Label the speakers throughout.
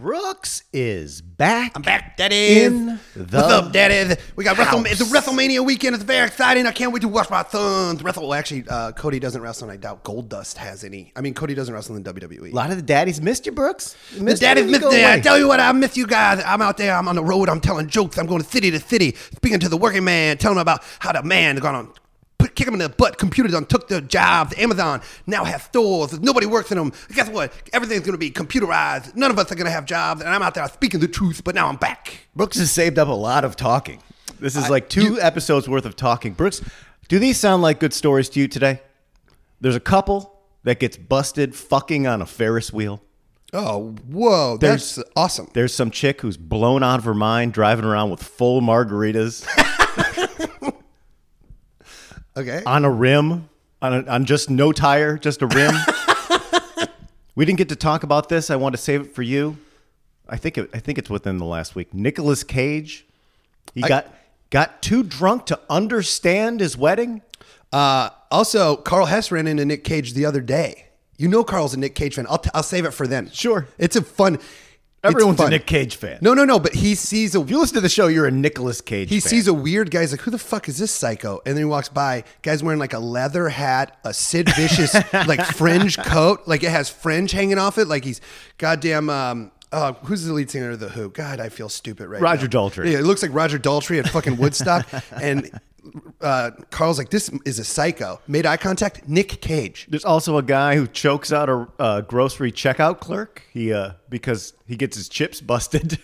Speaker 1: Brooks is back.
Speaker 2: I'm back, Daddy.
Speaker 1: In the
Speaker 2: What's up, Daddy? We got
Speaker 1: house.
Speaker 2: Wrestle. It's a WrestleMania weekend. It's very exciting. I can't wait to watch my sons wrestle. Well, actually, uh, Cody doesn't wrestle, and I doubt Gold Dust has any. I mean, Cody doesn't wrestle in WWE.
Speaker 1: A lot of the daddies missed you, Brooks.
Speaker 2: The
Speaker 1: Missed you
Speaker 2: daddies
Speaker 1: when you
Speaker 2: miss
Speaker 1: go
Speaker 2: there. I
Speaker 1: away.
Speaker 2: tell you what, I miss you guys. I'm out there. I'm on the road. I'm telling jokes. I'm going city to city, speaking to the working man, telling him about how the man gonna put, kick him in the butt. Computers done took their jobs. Amazon now has stores. Nobody works in them. Guess what? Everything's gonna be computerized. None of us are gonna have jobs. And I'm out there speaking the truth. But now I'm back.
Speaker 1: Brooks has saved up a lot of talking. This is like two episodes worth of talking. Brooks, do these sound like good stories to you today? There's a couple that gets busted fucking on a Ferris wheel.
Speaker 2: Oh, whoa!
Speaker 1: There's-
Speaker 2: that's awesome.
Speaker 1: There's some chick who's blown out of her mind driving around with full margaritas
Speaker 2: Okay.
Speaker 1: on a rim, on, a, on just no tire, just a rim. we didn't get to talk about this. I want to save it for you. I think it, I think it's within the last week. Nicolas Cage, he got got too drunk to understand his wedding.
Speaker 2: Uh, also, Carl Hess ran into Nick Cage the other day. You know Carl's a Nick Cage fan. I'll, t- I'll save it for then.
Speaker 1: Sure.
Speaker 2: It's a fun. it's
Speaker 1: Everyone's a
Speaker 2: fun.
Speaker 1: Nick Cage fan.
Speaker 2: No, no, no. But he sees a
Speaker 1: If you listen to the show, you're a Nicolas Cage.
Speaker 2: he
Speaker 1: fan.
Speaker 2: sees a weird guy. He's like, "Who the fuck is this psycho?" And then he walks by. Guy's wearing like a leather hat, a Sid Vicious like fringe coat, like it has fringe hanging off it. Like he's goddamn. Um, uh, who's the lead singer of the Who? God, I feel stupid right
Speaker 1: Roger
Speaker 2: now.
Speaker 1: Daltrey.
Speaker 2: Yeah, it looks like Roger Daltrey at fucking Woodstock. and uh, Carl's like, "This is a psycho." Made eye contact. Nick Cage.
Speaker 1: There's also a guy who chokes out a uh, grocery checkout clerk. He uh, because he gets his chips busted.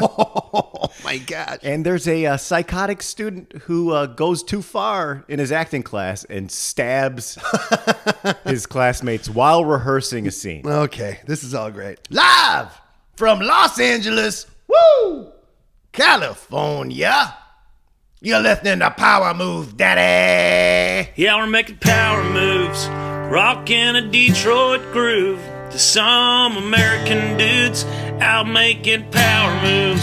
Speaker 2: oh my gosh.
Speaker 1: and there's a uh, psychotic student who uh, goes too far in his acting class and stabs his classmates while rehearsing a scene.
Speaker 2: Okay, this is all great.
Speaker 1: Live from Los Angeles, woo, California. You're listening to Power Moves, Daddy.
Speaker 3: Yeah, we're making power moves, rocking a Detroit groove to some American dudes out making power moves.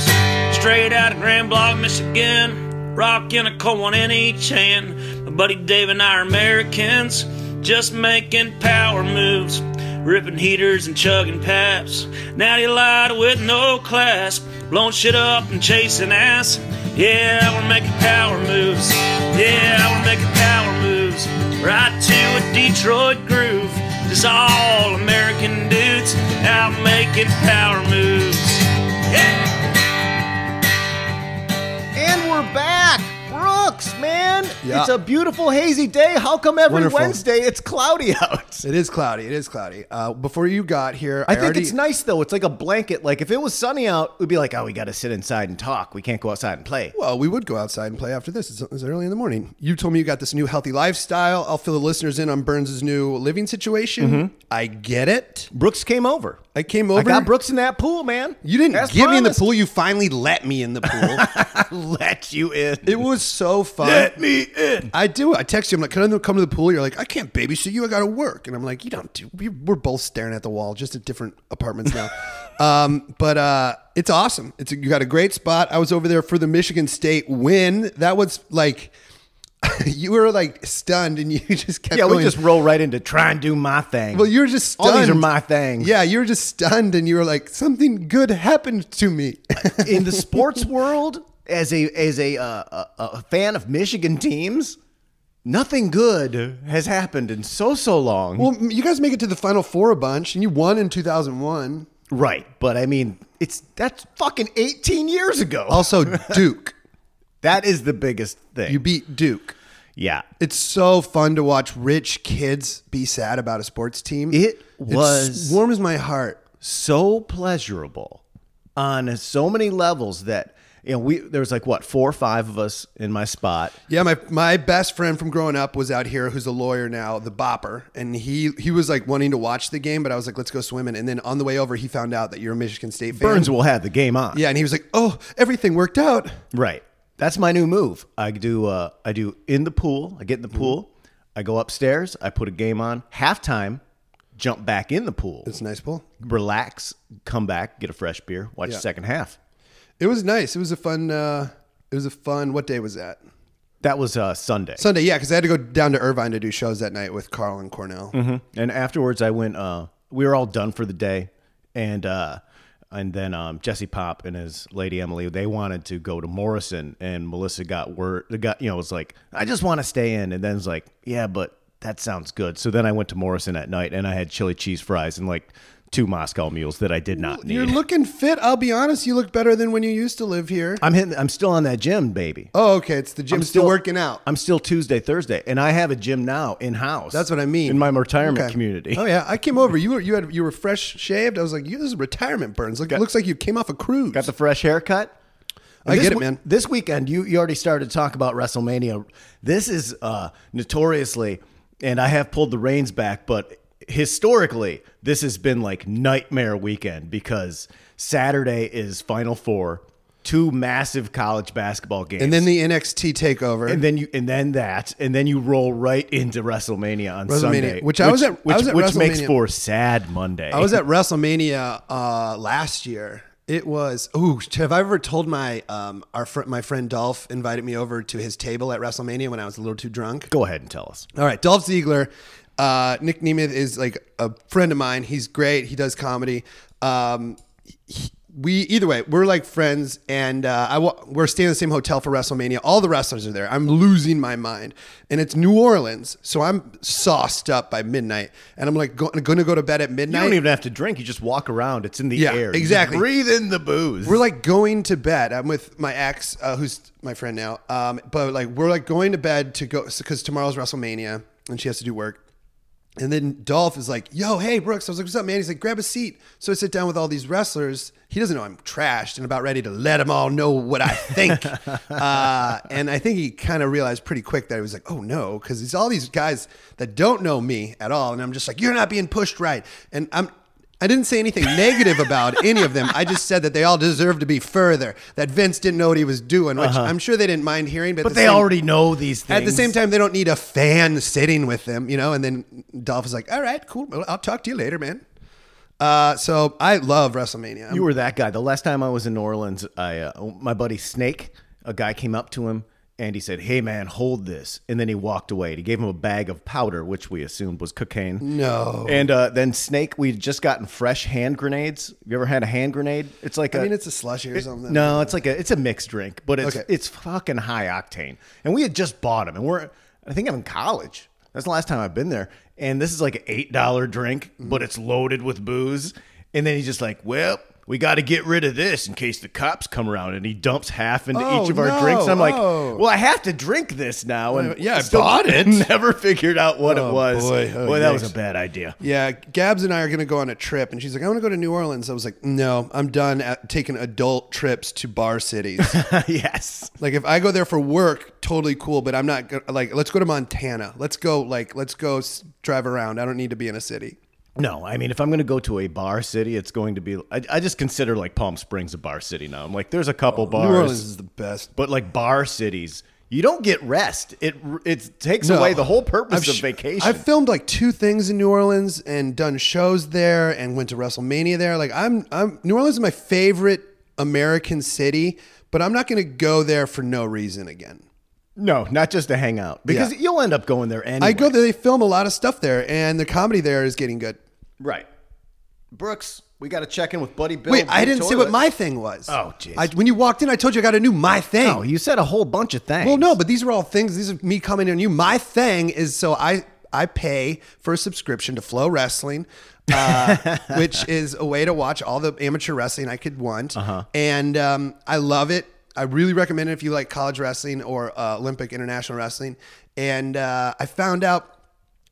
Speaker 3: Straight out of Grand Block, Michigan, rocking a coin in each hand. My buddy Dave and I are Americans, just making power moves, ripping heaters and chugging paps. Natty lied with no class, blowing shit up and chasing ass. Yeah, we're making power moves. Yeah, we're making power moves. Right to a Detroit groove. Just all American dudes out making power moves. Yeah.
Speaker 1: And we're back. Brooks, man.
Speaker 2: Yeah.
Speaker 1: It's a beautiful hazy day. How come every
Speaker 2: Wonderful.
Speaker 1: Wednesday it's cloudy out?
Speaker 2: It is cloudy. It is cloudy. Uh, before you got here,
Speaker 1: I think
Speaker 2: already-
Speaker 1: it's nice though. It's like a blanket. Like if it was sunny out, we'd be like, "Oh, we got to sit inside and talk. We can't go outside and play."
Speaker 2: Well, we would go outside and play after this. It's, it's early in the morning. You told me you got this new healthy lifestyle. I'll fill the listeners in on Burns' new living situation. I get it.
Speaker 1: Brooks came over.
Speaker 2: I came over.
Speaker 1: Mm-hmm. I got Brooks in that pool, man.
Speaker 2: You didn't
Speaker 1: As
Speaker 2: get me in the
Speaker 1: promised.
Speaker 2: pool. You finally let me in the pool.
Speaker 1: Let you in.
Speaker 2: it was so fun.
Speaker 1: me in.
Speaker 2: I do. I text you. I'm like, can I come to the pool? You're like, I can't babysit you. I got to work. And I'm like, you don't do. We, we're both staring at the wall, just at different apartments now. um, but uh, it's awesome. It's you got a great spot. I was over there for the Michigan State win. That was like, you were like stunned, and you just kept.
Speaker 1: Yeah, we
Speaker 2: going,
Speaker 1: just roll right into try and do my thing.
Speaker 2: Well, you were just stunned.
Speaker 1: All these are my things.
Speaker 2: Yeah, you were just stunned, and you were like, something good happened to me.
Speaker 1: in the sports world, as a as a, uh, a a fan of Michigan teams, nothing good has happened in so so long.
Speaker 2: well, you guys make it to the Final Four a bunch, and you won in 2001.
Speaker 1: right, but I mean, it's that's fucking eighteen years ago.
Speaker 2: Also, Duke.
Speaker 1: that is the biggest thing.
Speaker 2: you beat Duke.
Speaker 1: yeah,
Speaker 2: It's so fun to watch rich kids be sad about a sports team.
Speaker 1: It
Speaker 2: It's-
Speaker 1: was-
Speaker 2: warms my heart.
Speaker 1: so pleasurable on so many levels that you know we there was like what four or five of us in my spot.
Speaker 2: Yeah, my my best friend from growing up was out here, who's a lawyer now, the Bopper, and he he was like wanting to watch the game, but I was like, let's go swimming. And then on the way over, he found out that you're a Michigan State fan.
Speaker 1: Burns will have the game on.
Speaker 2: Yeah, and he was like, oh, everything worked out.
Speaker 1: Right. That's my new move. I do. Uh, I do in the pool. I get in
Speaker 2: Mm-hmm.
Speaker 1: the pool. I go upstairs. I put a game on. Halftime. Jump back in the pool.
Speaker 2: It's a nice pool.
Speaker 1: relax. Come back. Get a fresh beer. Watch
Speaker 2: Yeah.
Speaker 1: second half.
Speaker 2: It was nice. It was a fun. Uh, it was a fun. What day was that?
Speaker 1: That was uh, Sunday.
Speaker 2: Sunday. Yeah, because I had to go down to Irvine to do shows that night with
Speaker 1: Mm-hmm.
Speaker 2: Carl and Cornell.
Speaker 1: And afterwards, I went. Uh, we were all done for the day, and uh, and then um, Jesse Pop and his lady Emily, they wanted to go to Morrison, and Melissa got word, got you know, was like, I just want to stay in, and then it's like, yeah, but that sounds good. So then I went to Morrison at night, and I had chili cheese fries and like two Moscow mules that I did not need.
Speaker 2: You're looking fit. I'll be honest. You look better than when you used to live here.
Speaker 1: I'm hitting, I'm still on that gym, baby.
Speaker 2: Oh, okay. It's the gym.
Speaker 1: I'm
Speaker 2: still, working out.
Speaker 1: I'm still Tuesday, Thursday, and I have a gym now in house.
Speaker 2: That's what I mean.
Speaker 1: in my retirement
Speaker 2: Okay.
Speaker 1: community.
Speaker 2: Oh yeah, I came over. You were you had you were fresh shaved. I was like, you this is retirement burns. Look, looks like you came off a cruise.
Speaker 1: Got the fresh haircut.
Speaker 2: I
Speaker 1: This
Speaker 2: get it,
Speaker 1: we-
Speaker 2: man.
Speaker 1: This weekend, you, you already started to talk about WrestleMania. This is uh, notoriously, and I have pulled the reins back, but historically, this has been like nightmare weekend because Saturday is Final Four, two massive college basketball games,
Speaker 2: and then the NXT takeover.
Speaker 1: and then you and then that, and then you roll right into WrestleMania on
Speaker 2: WrestleMania,
Speaker 1: Sunday,
Speaker 2: which I was at- I
Speaker 1: which,
Speaker 2: was at
Speaker 1: which makes
Speaker 2: WrestleMania.
Speaker 1: for sad Monday.
Speaker 2: I was at WrestleMania uh, last year. It was ooh. Have I ever told my um our fr- my friend Dolph invited me over to his table at WrestleMania when I was a little too drunk?
Speaker 1: Go ahead and tell us.
Speaker 2: All right, Dolph Ziegler. Uh, Nick Nemeth is like a friend of mine. He's great. He does comedy. Um, he- we either way, we're like friends, and uh, I wa- we're staying in the same hotel for WrestleMania. All the wrestlers are there. I'm losing my mind, and it's New Orleans, so I'm sauced up by midnight, and I'm like go- going to go to bed at
Speaker 1: You
Speaker 2: midnight.
Speaker 1: don't even have to drink; you just walk around. It's in the
Speaker 2: Yeah,
Speaker 1: air. You
Speaker 2: exactly.
Speaker 1: breathe in the booze.
Speaker 2: we're like going to bed. I'm with my ex, uh, who's my friend now. Um, but like we're like going to bed to go because tomorrow's WrestleMania and she has to do work. And then Dolph is like, "Yo, hey Brooks." I was like, "What's up, man?" He's like, "Grab a seat." So I sit down with all these wrestlers. He doesn't know I'm trashed and about ready to let them all know what I think. uh, and I think he kind of realized pretty quick that he was like, "Oh no," because it's all these guys that don't know me at all, and I'm just like, "You're not being pushed right," and I'm I didn't say anything negative about any of them. I just said that they all deserve to be further. That Vince didn't know what he was doing, which I'm sure they didn't mind hearing. But, at
Speaker 1: Uh-huh. But
Speaker 2: the
Speaker 1: they
Speaker 2: same-
Speaker 1: already know these things.
Speaker 2: At the same time, they don't need a fan sitting with them, you know. And then Dolph is like, "All right, cool. Well, I'll talk to you later, man." Uh, so I love WrestleMania.
Speaker 1: you were that guy. The last time I was in New Orleans, I uh, my buddy Snake, a guy came up to him and he said, "Hey man, hold this," and then he walked away. And he gave him a bag of powder, which we assumed was cocaine.
Speaker 2: no,
Speaker 1: And uh, then Snake, we would just gotten fresh hand grenades. You ever had a hand grenade? It's like
Speaker 2: I
Speaker 1: a-
Speaker 2: mean it's a slushy or something.
Speaker 1: No, it's like a it's a mixed drink, but it's
Speaker 2: Okay.
Speaker 1: it's fucking high octane. And we had just bought them, and we're I think I'm in college. That's the last time I've been there. And this is like an eight dollar drink,
Speaker 2: Mm-hmm.
Speaker 1: but it's loaded with booze. And then he's just like, "Well, we got to get rid of this in case the cops come around." And he dumps half into
Speaker 2: Oh,
Speaker 1: each of our
Speaker 2: no.
Speaker 1: drinks. And I'm like,
Speaker 2: Oh.
Speaker 1: "Well, I have to drink this now." And
Speaker 2: yeah, I
Speaker 1: still
Speaker 2: bought it.
Speaker 1: Never figured out what it was.
Speaker 2: boy. Oh,
Speaker 1: Boy, that was
Speaker 2: yikes.
Speaker 1: a bad idea.
Speaker 2: Yeah, Gabs and I are going to go on a trip, and she's like, "I want to go to New Orleans." I was like, "No, I'm done at taking adult trips to bar cities."
Speaker 1: yes.
Speaker 2: Like if I go there for work, totally cool. But I'm not go- like let's go to Montana. Let's go like let's go s- drive around. I don't need to be in a city.
Speaker 1: No, I mean, if I'm going to go to a bar city, it's going to be. I, I just consider like Palm Springs a bar city now. I'm like, there's a couple bars,
Speaker 2: Oh, New Orleans is the best.
Speaker 1: but like bar cities, you don't get rest. It it takes
Speaker 2: No.
Speaker 1: away the whole purpose
Speaker 2: I've
Speaker 1: of
Speaker 2: sh-
Speaker 1: vacation.
Speaker 2: I've filmed like two things in New Orleans and done shows there and went to WrestleMania there. Like I'm, I'm New Orleans is my favorite American city, but I'm not going to go there for no reason again.
Speaker 1: no, not just to hang out because
Speaker 2: Yeah.
Speaker 1: you'll end up going there anyway.
Speaker 2: I go there. They film a lot of stuff there, and the comedy there is getting good.
Speaker 1: right, Brooks. We got to check in with Buddy Bill.
Speaker 2: Wait, I
Speaker 1: Big
Speaker 2: didn't say
Speaker 1: Toilet.
Speaker 2: what my thing was.
Speaker 1: Oh, jeez.
Speaker 2: I- When you walked in, I told you I got a new my thing.
Speaker 1: Oh, you said a whole bunch of things.
Speaker 2: Well, no, but these are all things. These are me coming on you. My thing is so I I pay for a subscription to Flow Wrestling, uh, which is a way to watch all the amateur wrestling I could want, and um, I love it. I really recommend it if you like college wrestling or uh, Olympic international wrestling. And uh, I found out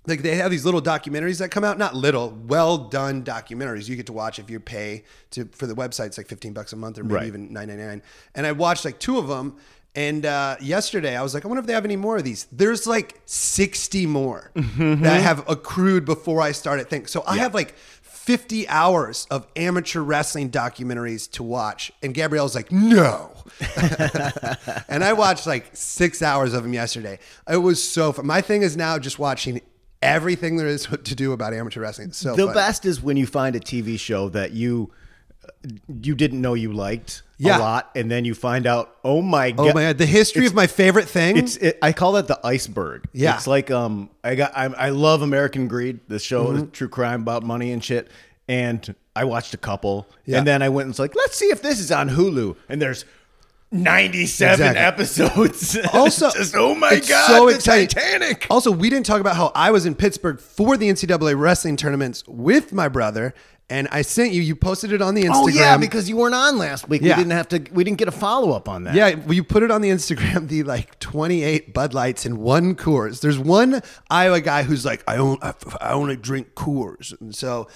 Speaker 2: like they have these little documentaries that come out not little well done documentaries you get to watch if you pay to for the website it's like 15 bucks a month or maybe
Speaker 1: Right.
Speaker 2: even 999 and i watched like two of them and uh, yesterday i was like i wonder if they have any more of these there's like 60 more that have accrued before i started thinking so i have like 50 hours of amateur wrestling documentaries to watch and gabrielle's like no and I watched like six hours of them yesterday. It was so fun. My thing is now just watching everything there is to do about amateur wrestling. It's so
Speaker 1: the
Speaker 2: fun.
Speaker 1: best is when you find a TV show that you uh, you didn't know you liked a
Speaker 2: Yeah.
Speaker 1: lot, and then you find out, oh my
Speaker 2: Oh my god, the history of my favorite thing.
Speaker 1: It's it, I call that the iceberg.
Speaker 2: Yeah. Mm-hmm.
Speaker 1: it's like um I got I, I love American Greed, the show is true crime about money and shit. and I watched a couple,
Speaker 2: Yeah.
Speaker 1: and then I went and was like, let's see if this is on Hulu, and there's. 97
Speaker 2: Exactly.
Speaker 1: episodes.
Speaker 2: Also,
Speaker 1: Just, oh my
Speaker 2: it's
Speaker 1: god,
Speaker 2: so
Speaker 1: the
Speaker 2: exciting.
Speaker 1: Titanic!
Speaker 2: Also, we didn't talk about how I was in Pittsburgh for the NCAA wrestling tournaments with my brother, and I sent you. You posted it on the Instagram.
Speaker 1: Oh yeah, because you weren't on last week.
Speaker 2: Yeah.
Speaker 1: We didn't have to. We didn't get a follow up on that.
Speaker 2: Yeah, well, you put it on the Instagram. The like twenty-eight Bud Lights and one Coors. There's one Iowa guy who's like, I own, I, I only drink Coors, and so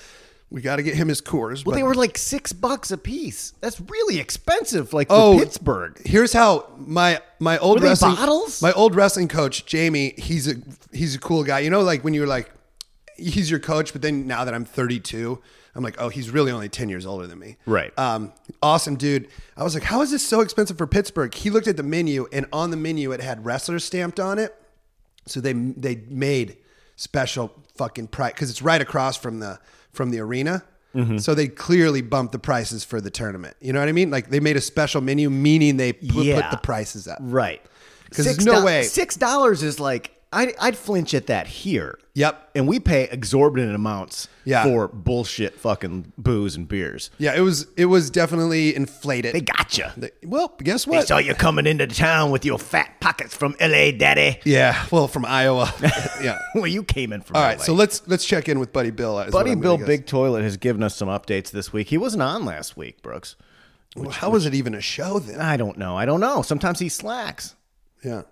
Speaker 2: we got to get him his Coors.
Speaker 1: Well,
Speaker 2: but-
Speaker 1: they were like six bucks a piece. That's really expensive. Like for
Speaker 2: Oh,
Speaker 1: Pittsburgh.
Speaker 2: Here's how my my old
Speaker 1: Were they
Speaker 2: wrestling
Speaker 1: bottles?
Speaker 2: my old wrestling coach Jamie. He's a he's a cool guy. You know, like when you were like he's your coach, but then now that I'm 32, I'm like, oh, he's really only 10 years older than me.
Speaker 1: Right.
Speaker 2: Um, awesome dude. I was like, how is this so expensive for Pittsburgh? He looked at the menu, and on the menu it had wrestlers stamped on it. So they they made special fucking price because it's right across from the from the arena.
Speaker 1: Mm-hmm.
Speaker 2: So they clearly bumped the prices for the tournament. You know what I mean? Like they made a special menu, meaning they put, put
Speaker 1: Yeah.
Speaker 2: the prices up.
Speaker 1: Right.
Speaker 2: 'Cause there's
Speaker 1: Six
Speaker 2: no
Speaker 1: do-
Speaker 2: way-
Speaker 1: Six dollars is like I, I'd flinch at that here.
Speaker 2: Yep.
Speaker 1: And we pay exorbitant amounts
Speaker 2: Yeah.
Speaker 1: for bullshit fucking booze and beers.
Speaker 2: Yeah, it was it was definitely inflated.
Speaker 1: They gotcha. They,
Speaker 2: well, guess what?
Speaker 1: saw you coming into town with your fat pockets from L.A., Daddy.
Speaker 2: yeah, well, from Iowa. yeah.
Speaker 1: Well, you came in from
Speaker 2: All
Speaker 1: LA.
Speaker 2: right, so let's let's check in with Buddy Bill. is what
Speaker 1: Buddy
Speaker 2: I'm
Speaker 1: Bill
Speaker 2: gonna guess.
Speaker 1: Big Toilet has given us some updates this week. He wasn't on last week, Brooks.
Speaker 2: Well, how was it even a show then?
Speaker 1: I don't know. I don't know. Sometimes he slacks.
Speaker 2: Yeah.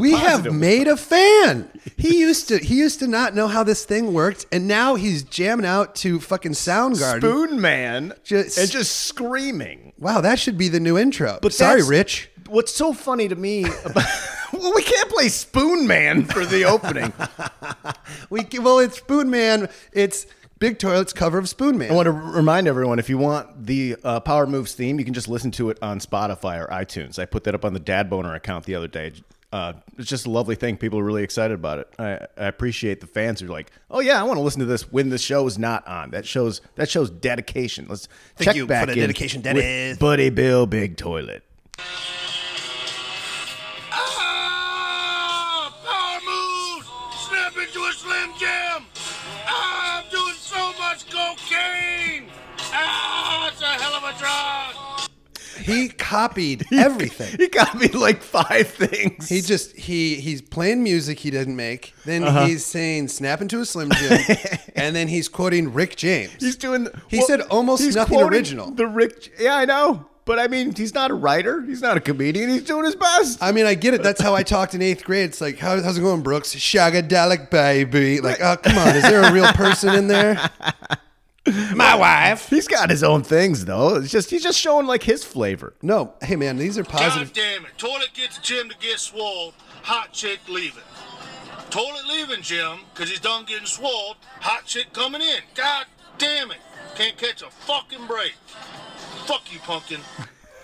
Speaker 2: we have made a fan. He used to he used to not know how this thing worked, and now he's jamming out to fucking Soundgarden.
Speaker 1: Spoon Man
Speaker 2: Just-
Speaker 1: and just screaming.
Speaker 2: Wow, that should be the new intro. But sorry,
Speaker 1: that's-
Speaker 2: Rich.
Speaker 1: What's so funny to me about well, we can't play Spoon Man for the opening.
Speaker 2: We well, it's Spoon Man. It's Big Toilet's cover of Spoon Man.
Speaker 1: I want to remind everyone if you want the uh, Power Moves theme, you can just listen to it on Spotify or iTunes. I put that up on the Dad Boner account the other day. Uh, it's just a lovely thing. People are really excited about it. I, I appreciate the fans who are like, "Oh yeah, I want to listen to this when the show is not on." That shows that shows dedication. Let's check
Speaker 2: you
Speaker 1: back
Speaker 2: for the
Speaker 1: in
Speaker 2: dedication,
Speaker 1: with
Speaker 2: Dennis.
Speaker 1: Buddy Bill, Big Toilet.
Speaker 4: Ah! Power moves! Snap into a slim jam! Ah, I'm doing so much cocaine! Ah, it's a hell of a drug!
Speaker 2: He copied everything.
Speaker 1: He got me like five things.
Speaker 2: He just he he's playing music he didn't make. Then
Speaker 1: Uh-huh.
Speaker 2: he's saying snap into a slim jim, and then he's quoting Rick James.
Speaker 1: He's doing.
Speaker 2: He said almost
Speaker 1: he's
Speaker 2: nothing
Speaker 1: quoting
Speaker 2: original.
Speaker 1: The Rick. Yeah, I know. But I mean, he's not a writer. He's not a comedian. He's doing his best.
Speaker 2: I mean, I get it. That's how I talked in eighth grade. It's like, how, how's it going, Brooks? Shagadelic baby. Like, oh come on, is there a real person in there?
Speaker 1: My wife. He's got his own things though. It's just he's just showing like his flavor.
Speaker 2: No. Hey man, these are
Speaker 4: God
Speaker 2: positive.
Speaker 4: damn it. Toilet gets Jim to get swole, hot chick leaving. Toilet leaving Jim, cause he's done getting swole, hot chick coming in. God damn it. Can't catch a fucking break. Fuck you, pumpkin.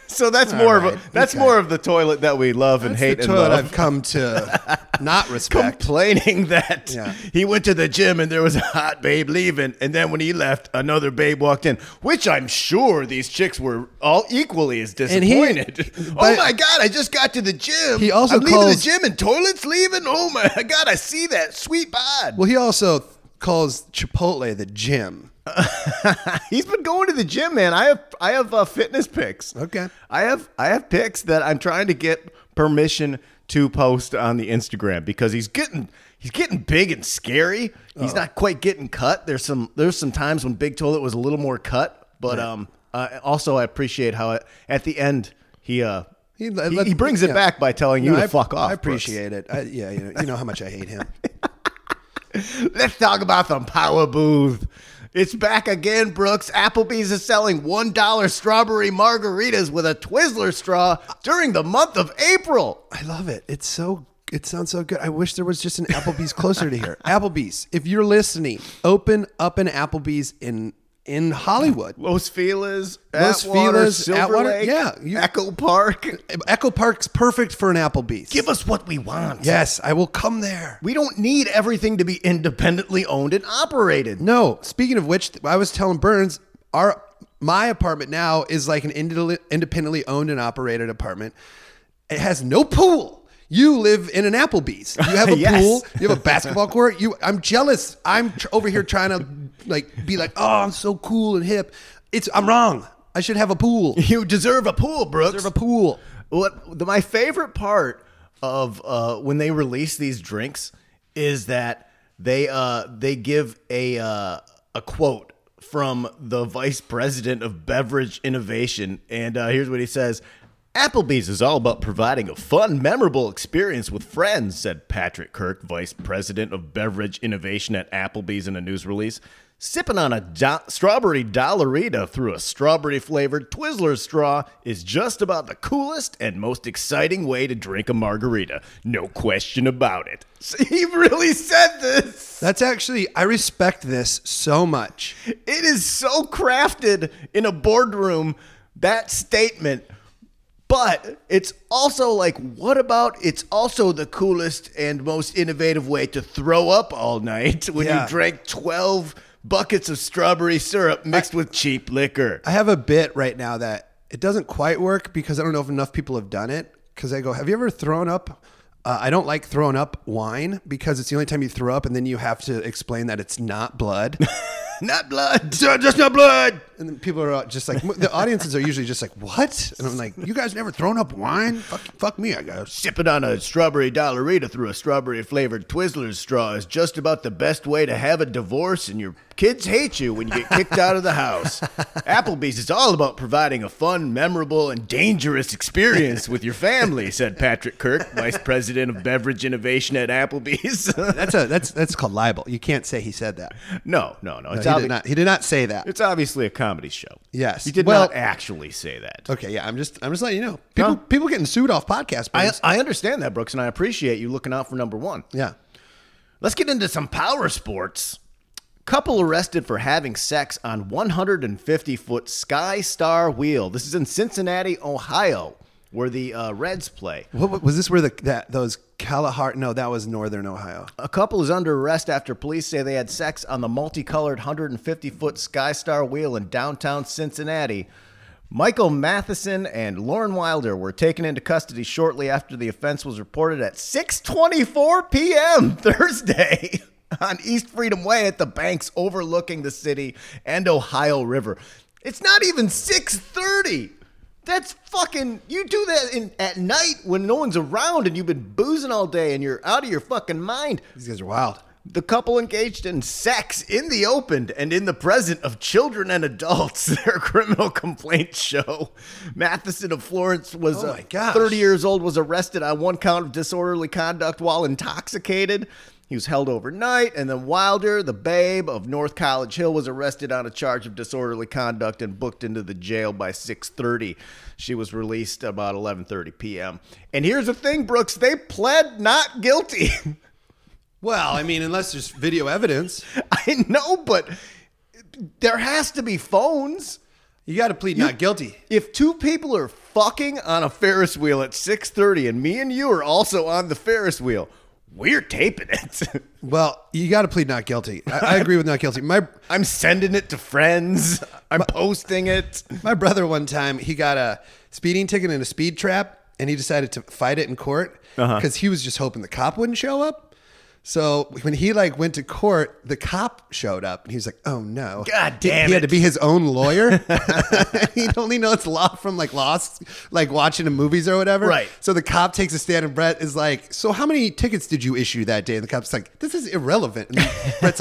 Speaker 1: So that's more
Speaker 2: right.
Speaker 1: of a, that's
Speaker 2: Okay.
Speaker 1: more of the toilet that we love and
Speaker 2: That's
Speaker 1: hate
Speaker 2: the
Speaker 1: and
Speaker 2: toilet
Speaker 1: love.
Speaker 2: I've come to not respect.
Speaker 1: Complaining that
Speaker 2: Yeah.
Speaker 1: he went to the gym and there was a hot babe leaving, and then when he left, another babe walked in, which I'm sure these chicks were all equally as
Speaker 2: he-
Speaker 1: disappointed. oh
Speaker 2: but-
Speaker 1: my god! I just got to the gym.
Speaker 2: He also
Speaker 1: I'm leaving the
Speaker 2: calls-
Speaker 1: gym and toilets leaving. Oh my god! I see that sweet bod.
Speaker 2: well, he also calls Chipotle the gym.
Speaker 1: He's been going to the gym, man. I have I have uh, fitness pics.
Speaker 2: Okay.
Speaker 1: I have I have pics that I'm trying to get permission to post on the Instagram because he's getting he's getting big and scary. He's not quite getting cut. There's some there's some times when Big Toilet was a little more cut, but um uh, also I appreciate how it, at the end he uh
Speaker 2: He-
Speaker 1: he,
Speaker 2: let-
Speaker 1: he brings it
Speaker 2: yeah.
Speaker 1: back by telling you
Speaker 2: No,
Speaker 1: to
Speaker 2: I-
Speaker 1: fuck off.
Speaker 2: I appreciate it. I, yeah, you know, you know how much I hate him.
Speaker 1: Brooks. Let's talk about the power booth. It's back again, Brooks. Applebee's is selling $1 strawberry margaritas with a Twizzler straw during the month of April.
Speaker 2: I love it. It's so it sounds so good. I wish there was just an Applebee's closer to here. Applebee's, if you're listening, open up an Applebee's in in Hollywood.
Speaker 1: Los Feliz,
Speaker 2: Los
Speaker 1: Atwater,
Speaker 2: Feliz,
Speaker 1: Silver
Speaker 2: Atwater,
Speaker 1: Lake,
Speaker 2: yeah, you-
Speaker 1: Echo Park.
Speaker 2: Echo Park's perfect for an Applebee's.
Speaker 1: Give us what we want.
Speaker 2: yes, I will come there.
Speaker 1: We don't need everything to be independently owned and operated.
Speaker 2: No. Speaking of which, I was telling Burns, our my apartment now is like an indi- independently owned and operated apartment. It has no pool. You live in an Applebee's. You have a
Speaker 1: Yes.
Speaker 2: pool. You have a basketball court. You, I'm jealous. I'm tr- over here trying to like be like, oh, I'm so cool and hip. It's I'm wrong. I should have a pool.
Speaker 1: You deserve a pool, Brooks.
Speaker 2: Deserve a pool.
Speaker 1: What the, my favorite part of uh, when they release these drinks is that they uh, they give a uh, a quote from the vice president of beverage innovation, and uh, here's what he says. Applebee's is all about providing a fun, memorable experience with friends, said Patrick Kirk, Vice President of Beverage Innovation at Applebee's in a news release. Sipping on a do- strawberry dollarita through a strawberry flavored Twizzler straw is just about the coolest and most exciting way to drink a margarita. No question about it. He really said this.
Speaker 2: That's actually I respect this so much.
Speaker 1: It is so crafted in a boardroom, that statement. But it's also like, what about it's also the coolest and most innovative way to throw up all night when
Speaker 2: Yeah.
Speaker 1: you drank 12 buckets of strawberry syrup mixed with cheap liquor?
Speaker 2: I have a bit right now that it doesn't quite work because I don't know if enough people have done it. Because I go, have you ever thrown up? Uh, I don't like throwing up wine because it's the only time you throw up, and then you have to explain that it's not blood.
Speaker 1: Not blood.
Speaker 2: So just not blood. And then people are just like, the audiences are usually just like, what? And I'm like, you guys never thrown up wine? Fuck, fuck me, I guess.
Speaker 1: Sipping on a strawberry dollarita through a strawberry flavored Twizzlers straw is just about the best way to have a divorce, and your kids hate you when you get kicked out of the house. Applebee's is all about providing a fun, memorable, and dangerous experience with your family, said Patrick Kirk, Vice President of Beverage Innovation at Applebee's.
Speaker 2: That's a that's that's called libel. You can't say he said that.
Speaker 1: no, no, no. It's,
Speaker 2: he
Speaker 1: obvi-
Speaker 2: did not. He did not say that.
Speaker 1: it's obviously a comedy show.
Speaker 2: Yes.
Speaker 1: You did
Speaker 2: Well-
Speaker 1: not actually say that.
Speaker 2: Okay, yeah. I'm just I'm just letting you know. People
Speaker 1: Huh?
Speaker 2: people getting sued off podcasts.
Speaker 1: I,
Speaker 2: Bruce.
Speaker 1: I understand that, Brooks, and I appreciate you looking out for number one.
Speaker 2: yeah.
Speaker 1: Let's get into some power sports. Couple arrested for having sex on 150 foot Sky Star wheel. This is in Cincinnati, Ohio, where the uh, Reds play.
Speaker 2: What, what- was this where the that those Kalahari? No, that was Northern Ohio.
Speaker 1: A couple is under arrest after police say they had sex on the multicolored 150 foot Sky Star wheel in downtown Cincinnati. Michael Matheson and Lauren Wilder were taken into custody shortly after the offense was reported at 6:24 p.m. Thursday on East Freedom Way at the banks overlooking the city and Ohio River. It's not even 6:30. That's fucking. You do that in, at night when no one's around and you've been boozing all day and you're out of your fucking mind.
Speaker 2: These guys are wild.
Speaker 1: The couple engaged in sex in the open and in the presence of children and adults. Their criminal complaints show. Matheson of Florence was
Speaker 2: Oh
Speaker 1: uh,
Speaker 2: my gosh.
Speaker 1: 30 years old, was arrested on one count of disorderly conduct while intoxicated. He was held overnight, and then Wilder, the babe of North College Hill, was arrested on a charge of disorderly conduct and booked into the jail by 6:30. She was released about 11:30 p.m. And here's the thing, Brooks: they pled not guilty.
Speaker 2: Well, I mean, unless there's video evidence,
Speaker 1: I know, but there has to be phones.
Speaker 2: you got to plead not guilty.
Speaker 1: If two people are fucking on a Ferris wheel at 6:30 and me and you are also on the Ferris wheel, we're taping it.
Speaker 2: Well, you got to plead not guilty. I, I agree with not guilty. My
Speaker 1: I'm sending it to friends. I'm posting it.
Speaker 2: my brother one time he got a speeding ticket in a speed trap, and he decided to fight it in court
Speaker 1: Uh-huh.
Speaker 2: because he was just hoping the cop wouldn't show up. So when he like went to court, the cop showed up, and he was like, "Oh no,
Speaker 1: God
Speaker 2: He-
Speaker 1: damn
Speaker 2: He had
Speaker 1: it.
Speaker 2: to be his own lawyer. he only knows law from like Lost, like watching the movies or whatever.
Speaker 1: Right.
Speaker 2: So the cop takes a stand, and Brett is like, "So how many tickets did you issue that day?" And the cop's like, "This is irrelevant." And Brett's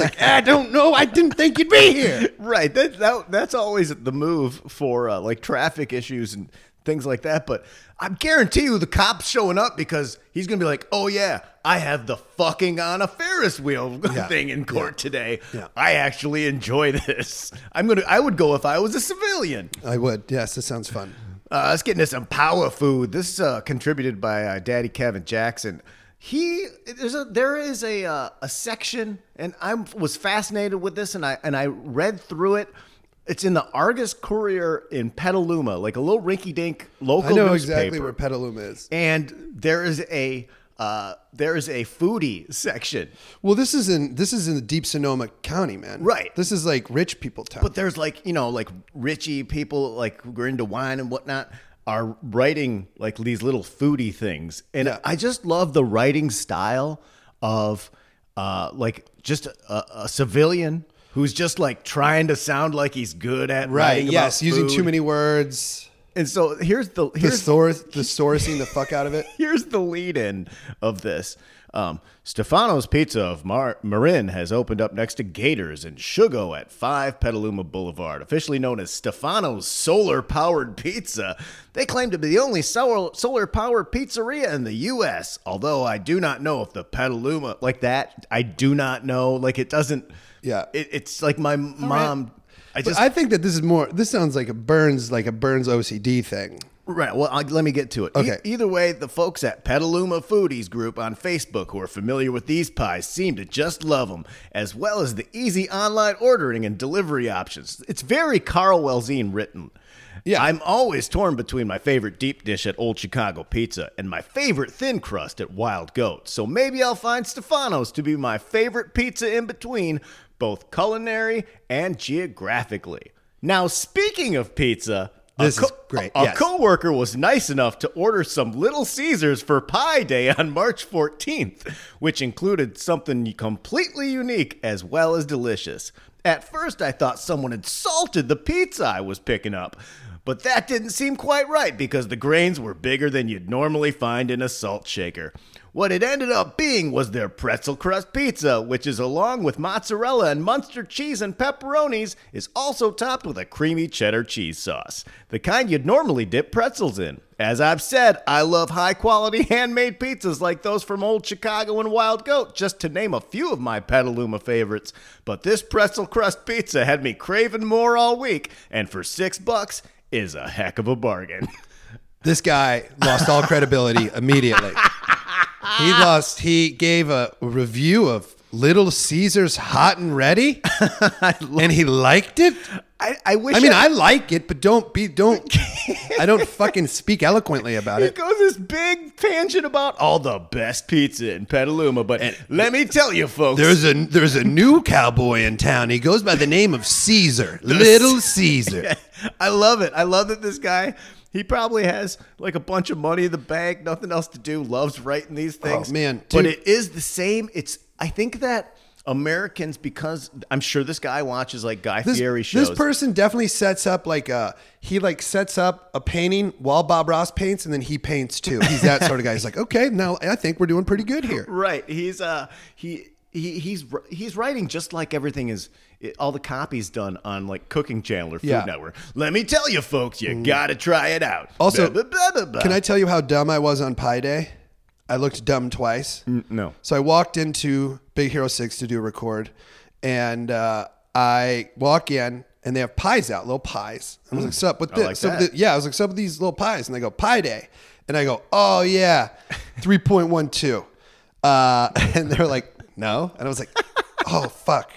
Speaker 2: like, "I don't know. I didn't think you'd be here."
Speaker 1: Right. That, that that's always the move for uh, like traffic issues and things like that. But I guarantee you, the cop's showing up because he's gonna be like, "Oh yeah, I have the fucking on a Ferris wheel
Speaker 2: Yeah.
Speaker 1: thing in court today.
Speaker 2: Yeah.
Speaker 1: I actually enjoy this. I'm gonna. I would go if I was a civilian.
Speaker 2: I would. Yes, that sounds fun.
Speaker 1: Uh, let's get into some power food. This is uh, contributed by uh, Daddy Kevin Jackson. He there's a there is a uh, a section, and I was fascinated with this, and I and I read through it It's in the Argus Courier in Petaluma, like a little rinky-dink local
Speaker 2: I know
Speaker 1: newspaper.
Speaker 2: exactly where Petaluma is.
Speaker 1: and there is a uh, there is a foodie section,
Speaker 2: Well, this is in this is in the deep Sonoma County, man.
Speaker 1: Right.
Speaker 2: This is like rich people town.
Speaker 1: but there's like you know like richie people like who are into wine and whatnot are writing like these little foodie things, and
Speaker 2: Yeah.
Speaker 1: I just love the writing style of uh, like just a, a civilian who's just like trying to sound like he's good at
Speaker 2: right.
Speaker 1: writing about
Speaker 2: Yes. Using too
Speaker 1: food.
Speaker 2: many words.
Speaker 1: And so here's the
Speaker 2: The
Speaker 1: here's
Speaker 2: source, the sourcing the fuck out of it.
Speaker 1: Here's the lead in of this. Um, Stefano's Pizza of Mar- Marin has opened up next to Gators in Sugo at 5 Petaluma Boulevard, officially known as Stefano's Solar Powered Pizza. They claim to be the only solar powered pizzeria in the U.S., although I do not know if the Petaluma, like that, I do not know. Like it doesn't,
Speaker 2: Yeah.
Speaker 1: it, it's like my mom. I
Speaker 2: But
Speaker 1: just
Speaker 2: I think that this is more. This sounds like a Burns, like a Burns OCD thing.
Speaker 1: Right. Well, I, let me get to it. E-
Speaker 2: Okay.
Speaker 1: either way, the folks at Petaluma Foodies Group on Facebook who are familiar with these pies seem to just love them, as well as the easy online ordering and delivery options. It's very Carl Welzine written.
Speaker 2: Yeah.
Speaker 1: I'm always torn between my favorite deep dish at Old Chicago Pizza and my favorite thin crust at Wild Goat. So maybe I'll find Stefano's to be my favorite pizza in between, both culinary and geographically. Now, speaking of pizza, a
Speaker 2: This is great,
Speaker 1: A, a
Speaker 2: yes.
Speaker 1: coworker was nice enough to order some Little Caesars for Pie Day on March 14th, which included something completely unique as well as delicious. At first, I thought someone had salted the pizza I was picking up, but that didn't seem quite right because the grains were bigger than you'd normally find in a salt shaker. What it ended up being was their pretzel crust pizza, which is along with mozzarella and Munster cheese and pepperonis, is also topped with a creamy cheddar cheese sauce, the kind you'd normally dip pretzels in. As I've said, I love high quality handmade pizzas like those from Old Chicago and Wild Goat, just to name a few of my Petaluma favorites. But this pretzel crust pizza had me craving more all week, and for six bucks is a heck of a bargain.
Speaker 2: This guy lost all credibility immediately. He lost. He gave a review of Little Caesars Hot and Ready, and he liked it.
Speaker 1: I, I wish
Speaker 2: I mean, I like it, but don't be don't. I don't fucking speak eloquently about
Speaker 1: He
Speaker 2: it.
Speaker 1: goes this big tangent about all the best pizza in Petaluma, but let me tell you, folks,
Speaker 2: There's a there's a new cowboy in town. He goes by the name of Caesar, Little Caesar.
Speaker 1: I love it. I love that this guy. He probably has like a bunch of money in the bank, nothing else to do, loves writing these things.
Speaker 2: Oh, man,
Speaker 1: but
Speaker 2: dude.
Speaker 1: it is the same. It's I think that Americans because I'm sure this guy watches like Guy
Speaker 2: This,
Speaker 1: Fieri
Speaker 2: this
Speaker 1: shows.
Speaker 2: person definitely sets up like a he like sets up a painting while Bob Ross paints, and then he paints too. He's that sort of guy. He's like, okay, now I think we're doing pretty good here.
Speaker 1: right. He's uh he. He, he's wr- he's writing just like everything is it, all the copies done on like Cooking Channel or Food
Speaker 2: Yeah. Mm.
Speaker 1: Network. Let me tell you, folks, you gotta try it out.
Speaker 2: Also,
Speaker 1: Blah, blah, blah, blah,
Speaker 2: Can
Speaker 1: blah.
Speaker 2: I tell you how dumb I was on Pi Day? I looked dumb twice.
Speaker 1: no.
Speaker 2: So I walked into Big Hero 6 to do a record, and uh, I walk in, and they have pies out, little pies. I was like, sup with this?
Speaker 1: Hmm. like
Speaker 2: Sup
Speaker 1: that.
Speaker 2: with thi-" Yeah, I was like, sup with these little pies? And they go, Pie Day. And I go, oh, yeah, 3.12. Uh, and they're like, no. And I was like, oh, fuck.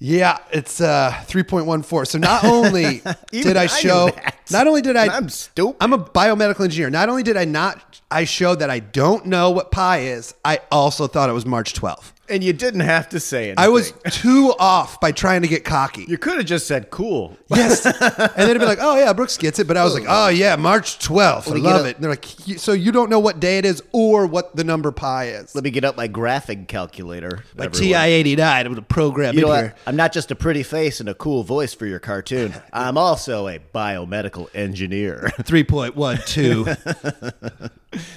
Speaker 2: Yeah, it's uh, 3.14. So not only
Speaker 1: Even
Speaker 2: did I
Speaker 1: I knew
Speaker 2: show,
Speaker 1: that.
Speaker 2: not only did I,
Speaker 1: I'm stupid.
Speaker 2: I'm a biomedical engineer. Not only did I not, I showed that I don't know what pi is. I also thought it was March 12th.
Speaker 1: and you didn't have to say anything.
Speaker 2: I was too off by trying to get cocky.
Speaker 1: You could have just said cool.
Speaker 2: yes, and then it'd be like, oh yeah, Brooks gets it. But I was like, oh yeah, March 12th. I
Speaker 1: me get
Speaker 2: love
Speaker 1: a-
Speaker 2: it. And they're like, "You- so you don't know what day it is or what the number pi is.
Speaker 1: Let me get up my graphic calculator. My
Speaker 2: TI-89, I'm gonna program
Speaker 1: You
Speaker 2: in
Speaker 1: know
Speaker 2: here.
Speaker 1: what? I'm not just a pretty face and a cool voice for your cartoon. I'm also a biomedical engineer.
Speaker 2: 3.12.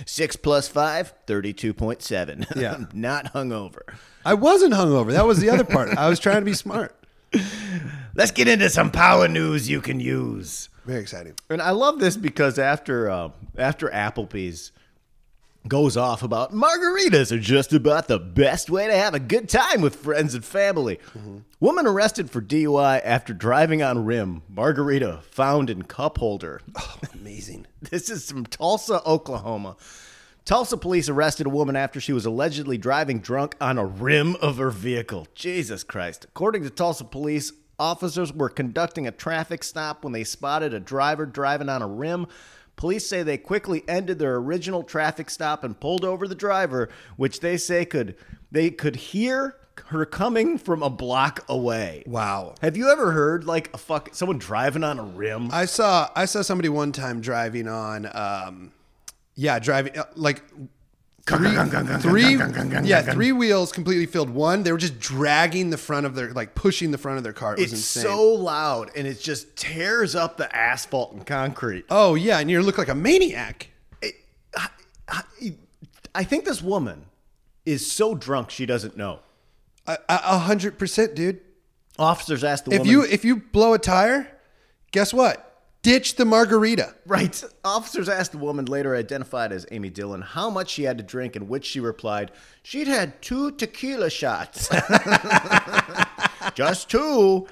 Speaker 1: Six plus five, 32.7.
Speaker 2: Yeah.
Speaker 1: I'm not hungover.
Speaker 2: I wasn't hungover. That was the other part. I was trying to be smart.
Speaker 1: Let's get into some power news you can use.
Speaker 2: Very exciting.
Speaker 1: And I love this because after uh, after Applebee's goes off about margaritas are just about the best way to have a good time with friends and family. Woman arrested for DUI after driving on rim. Margarita found in cup holder.
Speaker 2: Amazing.
Speaker 1: This is from Tulsa, Oklahoma. Tulsa police arrested a woman after she was allegedly driving drunk on a rim of her vehicle. Jesus Christ. According to Tulsa police, Officers were conducting a traffic stop when they spotted a driver driving on a rim. Police say they quickly ended their original traffic stop and pulled over the driver, which they say could they could hear her coming from a block away.
Speaker 2: Wow.
Speaker 1: Have you ever heard like a fuck someone driving on a rim?
Speaker 2: I saw I saw somebody one time driving on, um, yeah, driving uh, like three, three yeah, three wheels completely filled. One, they were just dragging the front of their, like pushing the front of their car. It was
Speaker 1: it's
Speaker 2: insane.
Speaker 1: so loud and it just tears up the asphalt and concrete.
Speaker 2: oh yeah, and you look like a maniac.
Speaker 1: It- I, I- I think this woman is so drunk she doesn't know.
Speaker 2: A- A a hundred percent, dude.
Speaker 1: Officers asked the
Speaker 2: If
Speaker 1: woman.
Speaker 2: you if you blow a tire, guess what? Ditch the margarita.
Speaker 1: right. Officers asked the woman, later identified as Amy Dillon, how much she had to drink, and which she replied, she'd had two tequila shots. Just two.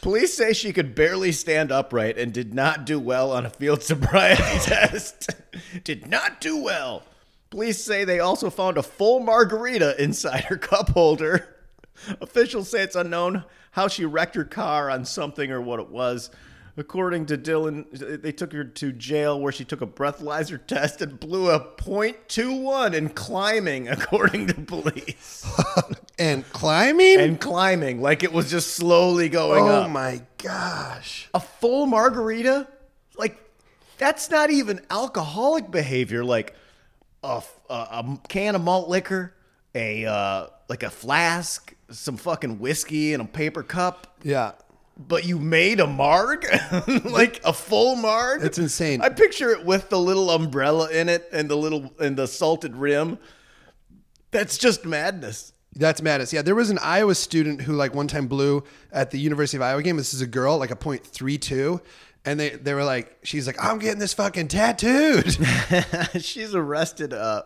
Speaker 1: Police say she could barely stand upright and did not do well on a field sobriety test. did not do well. Police say they also found a full margarita inside her cup holder. Officials say it's unknown how she wrecked her car on something or what it was. According to Dylan, they took her to jail where she took a breathalyzer test and blew a .21 in climbing, according to police.
Speaker 2: And climbing.
Speaker 1: And climbing, like it was just slowly going
Speaker 2: oh
Speaker 1: up.
Speaker 2: my gosh.
Speaker 1: a full margarita like that's not even alcoholic behavior like a, f- a- a can of malt liquor a uh, like a flask some fucking whiskey and a paper cup
Speaker 2: Yeah.
Speaker 1: but you made a marg like a full marg
Speaker 2: It's insane.
Speaker 1: i picture it with the little umbrella in it and the little and the salted rim that's just madness
Speaker 2: That's madness. Yeah, there was an Iowa student who like one time blew at the University of Iowa game. This is a girl, like a point three two, and they they were like, she's like, I'm getting this fucking tattooed.
Speaker 1: She's arrested uh,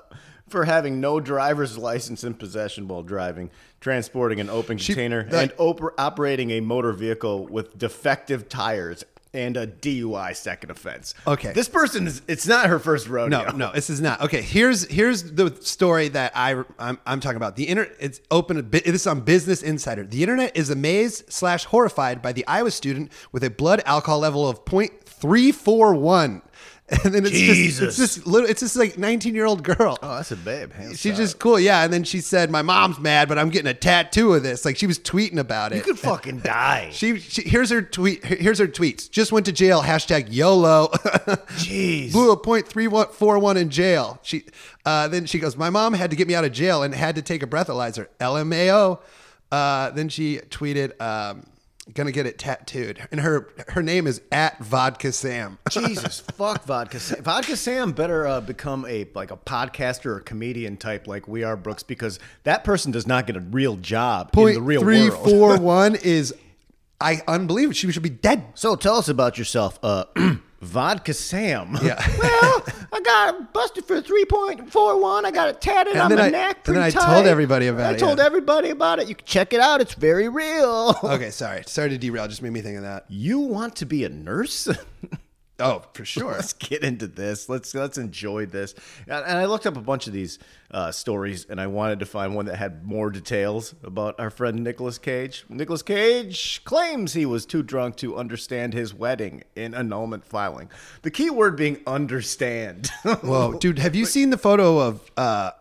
Speaker 1: for having no driver's license in possession while driving, transporting an open container,
Speaker 2: like-
Speaker 1: and op- operating a motor vehicle with defective tires and a DUI second offense.
Speaker 2: Okay.
Speaker 1: this person is—it's not her first rodeo.
Speaker 2: no, no, this is not okay. Here's here's the story that I I'm, I'm talking about. The internet it's open. a bit- This is on Business Insider. The internet is amazed slash horrified by the Iowa student with a blood alcohol level of point three four one. And then it's
Speaker 1: Jesus.
Speaker 2: just it's just little it's just like nineteen year old girl.
Speaker 1: oh, that's a babe. hands
Speaker 2: She's
Speaker 1: up.
Speaker 2: just cool, yeah. And then she said, "My mom's mad, but I'm getting a tattoo of this." Like she was tweeting about it.
Speaker 1: you could fucking die.
Speaker 2: she, she here's her tweet. Here's her tweets. Just went to jail. Hashtag YOLO.
Speaker 1: Jeez.
Speaker 2: Blew a point three one four one in jail. She uh, then she goes, "My mom had to get me out of jail and had to take a breathalyzer." LMAO. Uh, then she tweeted, um, "Gonna get it tattooed." And her her name is at Vodka Sam.
Speaker 1: Jesus, fuck vodka. Sam. Vodka Sam better uh, become a like a podcaster or comedian type like we are, Brooks, because that person does not get a real job in the
Speaker 2: Point
Speaker 1: real
Speaker 2: three
Speaker 1: world.
Speaker 2: four one is. I unbelievable. She should be dead.
Speaker 1: So tell us about yourself, uh, Vodka Sam.
Speaker 2: Yeah.
Speaker 1: well, I got busted for three point four one. I got it tatted
Speaker 2: And
Speaker 1: on
Speaker 2: then
Speaker 1: my
Speaker 2: I-
Speaker 1: neck.
Speaker 2: and then
Speaker 1: pretty
Speaker 2: I
Speaker 1: tight.
Speaker 2: told everybody about
Speaker 1: I
Speaker 2: it,
Speaker 1: told
Speaker 2: yeah. Uh,
Speaker 1: everybody about it. You can check it out. It's very real.
Speaker 2: Okay, sorry. Sorry to derail. Just made me think of that.
Speaker 1: You want to be a nurse?
Speaker 2: Oh, for sure.
Speaker 1: let's get into this. Let's let's enjoy this. And, and I looked up a bunch of these uh, stories, and I wanted to find one that had more details about our friend Nicolas Cage. Nicolas Cage claims he was too drunk to understand his wedding in annulment filing. The key word being understand.
Speaker 2: Whoa, dude, have you seen the photo of uh,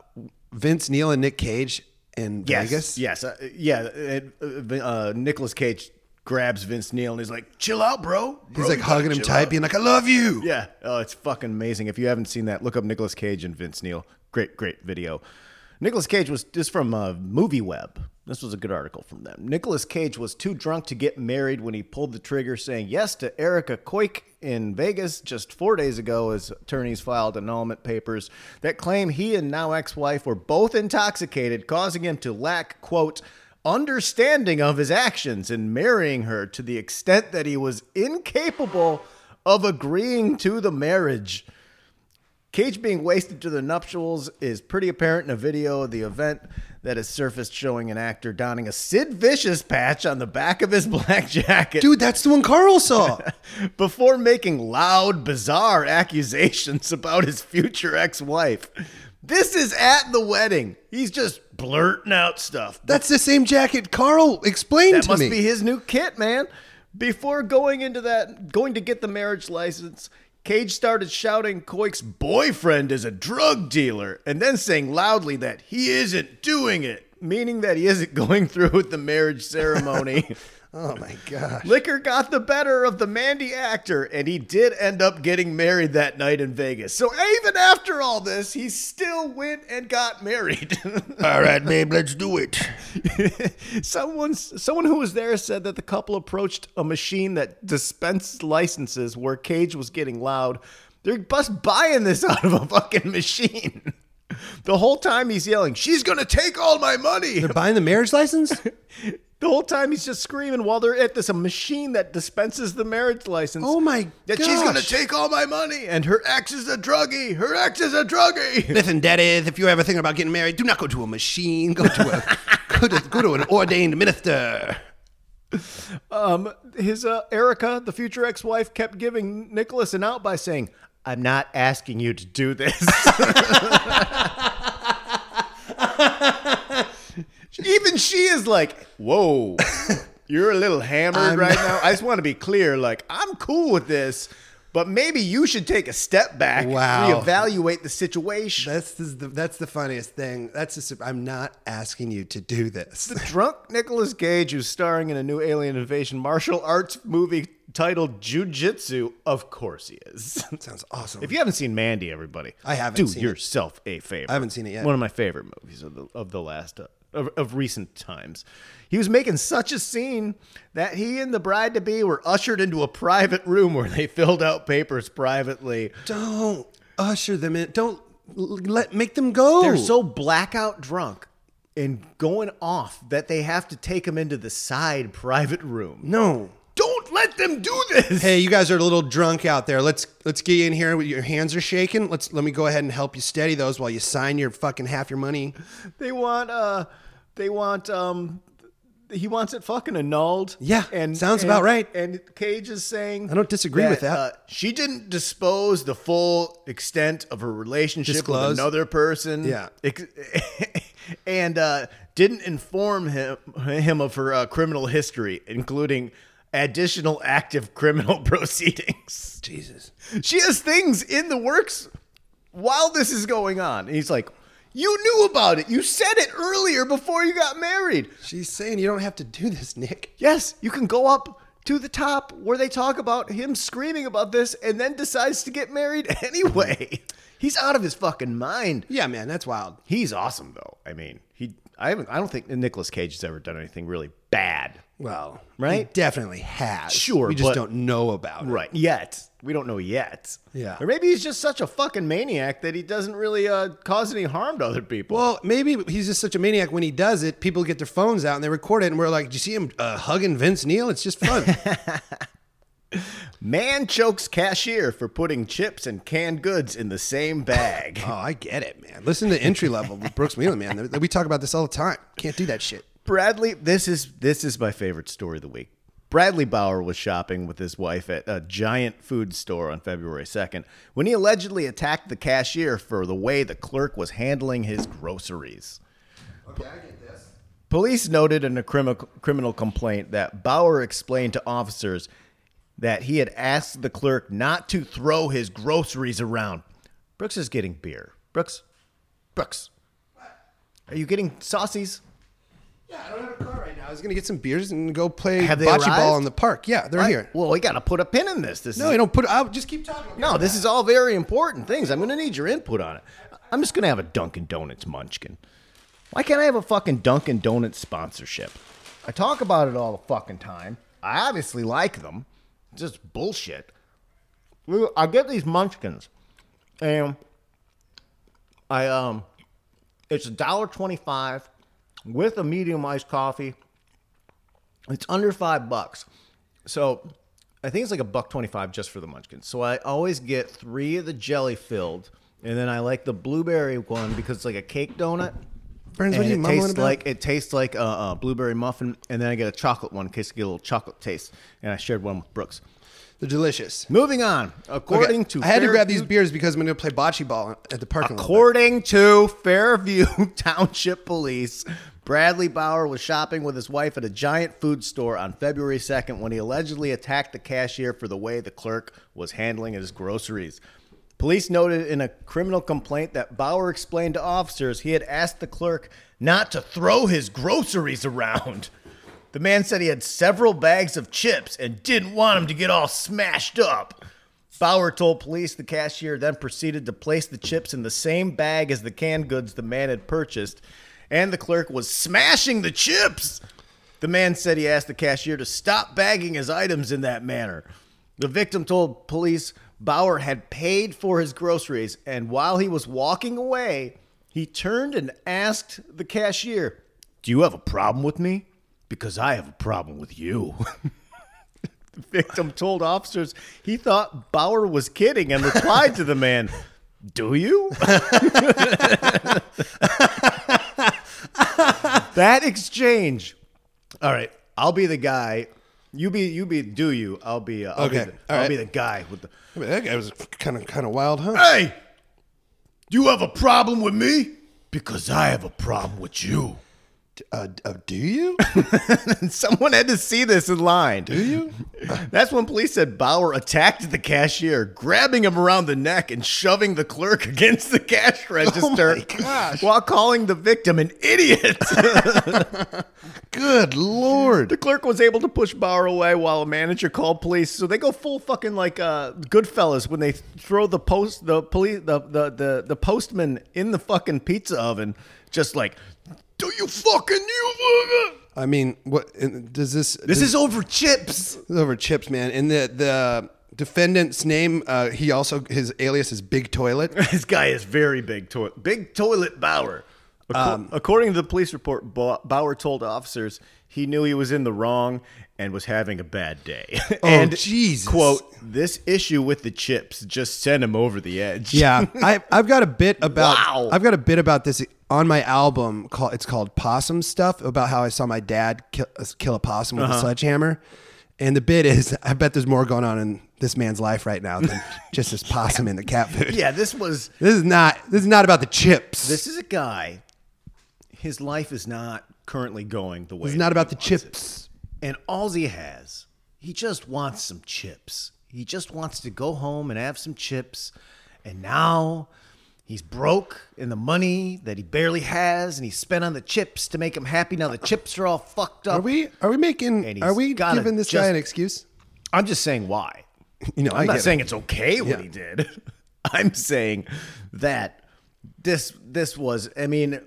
Speaker 2: Vince Neil and Nick Cage in Vegas?
Speaker 1: Yes. Uh, yeah. it- Uh, uh, Nicolas Cage grabs Vince Neal and he's like, "Chill out, bro." Bro,
Speaker 2: He's like
Speaker 1: you gotta
Speaker 2: hugging him
Speaker 1: chill
Speaker 2: tight,
Speaker 1: out."
Speaker 2: being like, "I love you."
Speaker 1: Yeah. Oh, it's fucking amazing. If you haven't seen that, look up Nicolas Cage and Vince Neil. Great, great video. Nicolas Cage was this is from uh, Movie Web. This was a good article from them. Nicolas Cage was too drunk to get married when he pulled the trigger, saying yes to Erica Koik in Vegas just four days ago as attorneys filed annulment papers that claim he and now ex-wife were both intoxicated, causing him to lack quote understanding of his actions in marrying her to the extent that he was incapable of agreeing to the marriage. Cage being wasted to the nuptials is pretty apparent in a video of the event that has surfaced showing an actor donning a Sid Vicious patch on the back of his black jacket
Speaker 2: Dude, that's the one Carl saw.
Speaker 1: before making loud, bizarre accusations about his future ex wife. This is at the wedding. He's just blurting out stuff.
Speaker 2: That's the same jacket Carl explained
Speaker 1: That
Speaker 2: to
Speaker 1: must
Speaker 2: me.
Speaker 1: be his new kit, man. Before going into that, going to get the marriage license, Cage started shouting Coik's boyfriend is a drug dealer and then saying loudly that he isn't doing it, meaning that he isn't going through with the marriage ceremony.
Speaker 2: oh my gosh.
Speaker 1: Liquor got the better of the Mandy actor, and he did end up getting married that night in Vegas. So even after all this, he still went and got married.
Speaker 2: All right, babe, let's do it.
Speaker 1: Someone, someone who was there said that the couple approached a machine that dispensed licenses where Cage was getting loud. They're just buying this out of a fucking machine. The whole time he's yelling, "She's gonna take all my money!"
Speaker 2: They're buying the marriage license?
Speaker 1: The whole time he's just screaming while they're at this a machine that dispenses the marriage license.
Speaker 2: Oh my
Speaker 1: That she's gonna
Speaker 2: gosh.
Speaker 1: take all my money, and her ex is a druggie. Her ex is a druggie.
Speaker 2: Listen, daddy, if you're ever thinking about getting married, do not go to a machine. Go to a go to, go to an ordained minister.
Speaker 1: Um, his uh, Erica, the future ex-wife, kept giving Nicholas an out by saying, "I'm not asking you to do this." Even she is like, "Whoa." You're a little hammered
Speaker 2: I'm
Speaker 1: right
Speaker 2: not-
Speaker 1: now. I just want to be clear. Like, I'm cool with this, but maybe you should take a step back,
Speaker 2: Wow.
Speaker 1: reevaluate the situation.
Speaker 2: That's the, that's the funniest thing. That's just, I'm not asking you to do this.
Speaker 1: Drunk Nicolas Cage, who's starring in a new alien invasion martial arts movie titled Jujitsu. Of course he is.
Speaker 2: Sounds awesome.
Speaker 1: if you haven't seen Mandy, everybody,
Speaker 2: I haven't
Speaker 1: Do
Speaker 2: seen it.
Speaker 1: yourself a favor.
Speaker 2: I haven't seen it yet.
Speaker 1: One of my favorite movies of the of the last uh, of, of recent times. He was making such a scene that he and the bride to be were ushered into a private room where they filled out papers privately.
Speaker 2: don't usher them in. Don't l- let make them go.
Speaker 1: They're so blackout drunk and going off that they have to take him into the side private room.
Speaker 2: no.
Speaker 1: Don't let them do this.
Speaker 2: Hey, you guys are a little drunk out there. Let's let's get you in here. Your hands are shaking. Let's let me go ahead and help you steady those while you sign your fucking half your money.
Speaker 1: They want uh they want um he wants it fucking annulled.
Speaker 2: Yeah, sounds about right.
Speaker 1: And Cage is saying
Speaker 2: I don't disagree with that.
Speaker 1: uh, she didn't dispose the full extent of her relationship
Speaker 2: Disclose.
Speaker 1: with another person.
Speaker 2: Yeah.
Speaker 1: Ex- and uh, didn't inform him him of her uh, criminal history, including additional active criminal proceedings.
Speaker 2: Jesus.
Speaker 1: She has things in the works while this is going on. And he's like, You knew about it. You said it earlier before you got married.
Speaker 2: She's saying you don't have to do this, Nick.
Speaker 1: Yes, you can go up to the top where they talk about him screaming about this and then decides to get married anyway. He's out of his fucking mind.
Speaker 2: Yeah, man, that's wild.
Speaker 1: He's awesome though. I mean, he I haven't I don't think Nicolas Cage has ever done anything really bad.
Speaker 2: Well,
Speaker 1: Right?
Speaker 2: He definitely has.
Speaker 1: Sure,
Speaker 2: we just
Speaker 1: but-
Speaker 2: don't know about it.
Speaker 1: Right. Yet. We don't know yet.
Speaker 2: Yeah.
Speaker 1: Or maybe he's just such a fucking maniac that he doesn't really uh, cause any harm to other people.
Speaker 2: Well, maybe he's just such a maniac. When he does it, people get their phones out and they record it, and we're like, "Do you see him uh, hugging Vince Neil? It's just fun."
Speaker 1: Man chokes cashier for putting chips and canned goods in the same bag.
Speaker 2: oh, I get it, man. Listen to entry level with Brooks Mealy, man. We talk about this all the time. Can't do that shit.
Speaker 1: Bradley, this is this is my favorite story of the week. Bradley Bauer was shopping with his wife at a giant food store on February 2nd when he allegedly attacked the cashier for the way the clerk was handling his groceries. Police noted in a crimi- criminal complaint that Bauer explained to officers that he had asked the clerk not to throw his groceries around. Brooks is getting beer. Brooks, Brooks, are you getting saucies?
Speaker 2: Yeah, I don't have a car right now. I was gonna get some beers and go play
Speaker 1: Have they
Speaker 2: bocce ball
Speaker 1: arrived?
Speaker 2: in the park. Yeah, they're
Speaker 1: Right.
Speaker 2: here.
Speaker 1: Well, we got to put a pin in this. This
Speaker 2: No,
Speaker 1: is,
Speaker 2: you don't put. I'll just keep talking.
Speaker 1: no, this is all very important things. I'm going to need your input on it. I'm just going to have a Dunkin' Donuts munchkin. Why can't I have a fucking Dunkin' Donuts sponsorship? I talk about it all the fucking time. I obviously like them. It's Just bullshit. We- I get these munchkins, and I um, it's a dollar twenty-five with a medium iced coffee. It's under five bucks. So I think it's like a buck twenty-five just for the munchkins. So I always get three of the jelly filled, and then I like the blueberry one because it's like a cake donut.
Speaker 2: Burns,
Speaker 1: and
Speaker 2: what are you
Speaker 1: it
Speaker 2: mumbling
Speaker 1: tastes
Speaker 2: about?
Speaker 1: like it tastes like a, a blueberry muffin, and then I get a chocolate one in case I get a little chocolate taste. And I shared one with Brooks.
Speaker 2: They're delicious.
Speaker 1: Moving on. According
Speaker 2: Okay,
Speaker 1: to
Speaker 2: I had to grab
Speaker 1: Fairview-
Speaker 2: these beers because I'm going to play bocce ball at the parking lot.
Speaker 1: According to Fairview Township Police, Bradley Bauer was shopping with his wife at a giant food store on February 2nd when he allegedly attacked the cashier for the way the clerk was handling his groceries. Police noted in a criminal complaint that Bauer explained to officers he had asked the clerk not to throw his groceries around. The man said he had several bags of chips and didn't want him to get all smashed up. Bauer told police the cashier then proceeded to place the chips in the same bag as the canned goods the man had purchased, and the clerk was smashing the chips. The man said he asked the cashier to stop bagging his items in that manner. The victim told police Bauer had paid for his groceries, and while he was walking away, he turned and asked the cashier, Do you have a problem with me? Because I have a problem with you. the victim told officers he thought Bauer was kidding and replied to the man, Do you? that exchange. All right, I'll be the guy. You be you be do you. I'll be uh, I'll
Speaker 2: Okay,
Speaker 1: be the,
Speaker 2: all
Speaker 1: I'll
Speaker 2: right.
Speaker 1: be the guy with the
Speaker 2: I mean, that guy was kind of kind of wild, huh?
Speaker 1: Hey. You have a problem with me? Because I have a problem with you.
Speaker 2: Uh, uh, do you?
Speaker 1: Someone had to see this in line. Do you? That's when police said Bauer attacked the cashier, grabbing him around the neck and shoving the clerk against the cash register while calling the victim an idiot.
Speaker 2: Good lord!
Speaker 1: the clerk was able to push Bauer away while a manager called police. So they go full fucking like uh, Goodfellas when they throw the post the police the, the the the postman in the fucking pizza oven, just like, do you fucking you?
Speaker 2: I mean, what and does this?
Speaker 1: This is over chips.
Speaker 2: This is over chips, man. And the the defendant's name, uh, he also his alias is Big Toilet.
Speaker 1: This guy is very big toilet. Big toilet Um, Bauer. Acco- According to the police report, Bau- Bauer told officers he knew he was in the wrong and was having a bad day. and
Speaker 2: Jesus.
Speaker 1: quote, this issue with the chips just sent him over the edge.
Speaker 2: Yeah, I, I've got a bit about
Speaker 1: Wow.
Speaker 2: I've got a bit about this on my album. Called, it's called Possum Stuff about how I saw my dad kill, uh, kill a possum with a sledgehammer. And the bit is, I bet there's more going on in this man's life right now than just this possum and the cat food.
Speaker 1: yeah, this was
Speaker 2: This is not this is not about the chips. This
Speaker 1: this is a guy his life is not currently going the way
Speaker 2: is
Speaker 1: it
Speaker 2: not about the chips.
Speaker 1: And all he has, he just wants some chips. He just wants to go home and have some chips. And now he's broke, and the money that he barely has, and he spent on the chips to make him happy. Now the chips are all fucked up.
Speaker 2: Are we are we
Speaker 1: And
Speaker 2: making
Speaker 1: he's
Speaker 2: are we
Speaker 1: gotta
Speaker 2: giving this
Speaker 1: just-
Speaker 2: guy an excuse?
Speaker 1: I'm just saying why.
Speaker 2: You know, I
Speaker 1: I'm
Speaker 2: get
Speaker 1: not
Speaker 2: it.
Speaker 1: saying it's okay what
Speaker 2: Yeah.
Speaker 1: he did. I'm saying that this this was. I mean,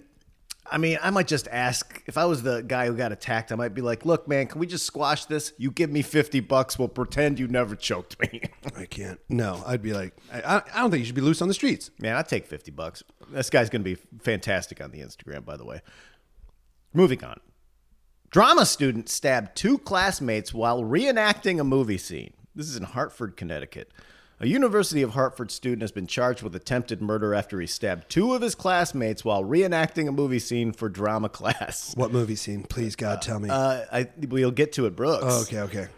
Speaker 1: I mean, I might just ask if I was the guy who got attacked. I might be like, "Look, man, can we just squash this? You give me fifty bucks, we'll pretend you never choked me."
Speaker 2: I can't. No, I'd be like, I, I I don't think you should be loose on the streets.
Speaker 1: man, I take fifty bucks. This guy's gonna be fantastic on the Instagram, by the way. Moving on. Drama student stabbed two classmates while reenacting a movie scene. This is in Hartford, Connecticut. A University of Hartford student has been charged with attempted murder after he stabbed two of his classmates while reenacting a movie scene for drama class.
Speaker 2: What movie scene? Please, God, tell me.
Speaker 1: Uh, I, we'll get to it, Brooks.
Speaker 2: okay, okay.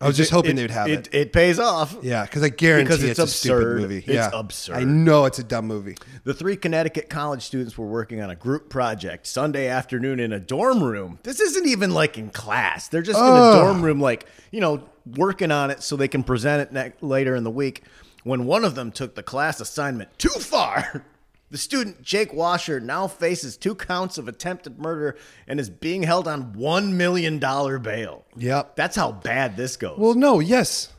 Speaker 2: I was just hoping they'd have it.
Speaker 1: It, it pays off.
Speaker 2: Yeah, because I guarantee
Speaker 1: Because it's
Speaker 2: it's, a
Speaker 1: absurd.
Speaker 2: stupid movie.
Speaker 1: It's
Speaker 2: yeah.
Speaker 1: absurd.
Speaker 2: I know it's a dumb movie.
Speaker 1: The three Connecticut college students were working on a group project Sunday afternoon in a dorm room. This isn't even like in class. They're just in a dorm room, like, you know, working on it so they can present it ne- later in the week. When one of them took the class assignment too far, the student, Jake Washer, now faces two counts of attempted murder and is being held on $1 million bail.
Speaker 2: Yep.
Speaker 1: That's how bad this goes.
Speaker 2: Well, no, yes.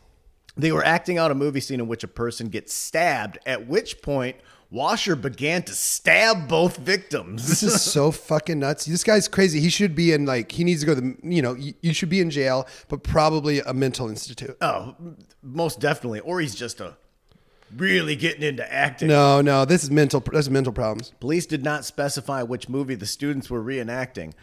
Speaker 1: They were acting out a movie scene in which a person gets stabbed, at which point Washer began to stab both victims.
Speaker 2: This is so fucking nuts. This guy's crazy. He should be in like he needs to go to the you know you, you should be in jail, but probably a mental institute.
Speaker 1: Oh, most definitely. Or he's just a really getting into acting.
Speaker 2: No, no, this is mental. That's mental problems.
Speaker 1: Police did not specify which movie the students were reenacting,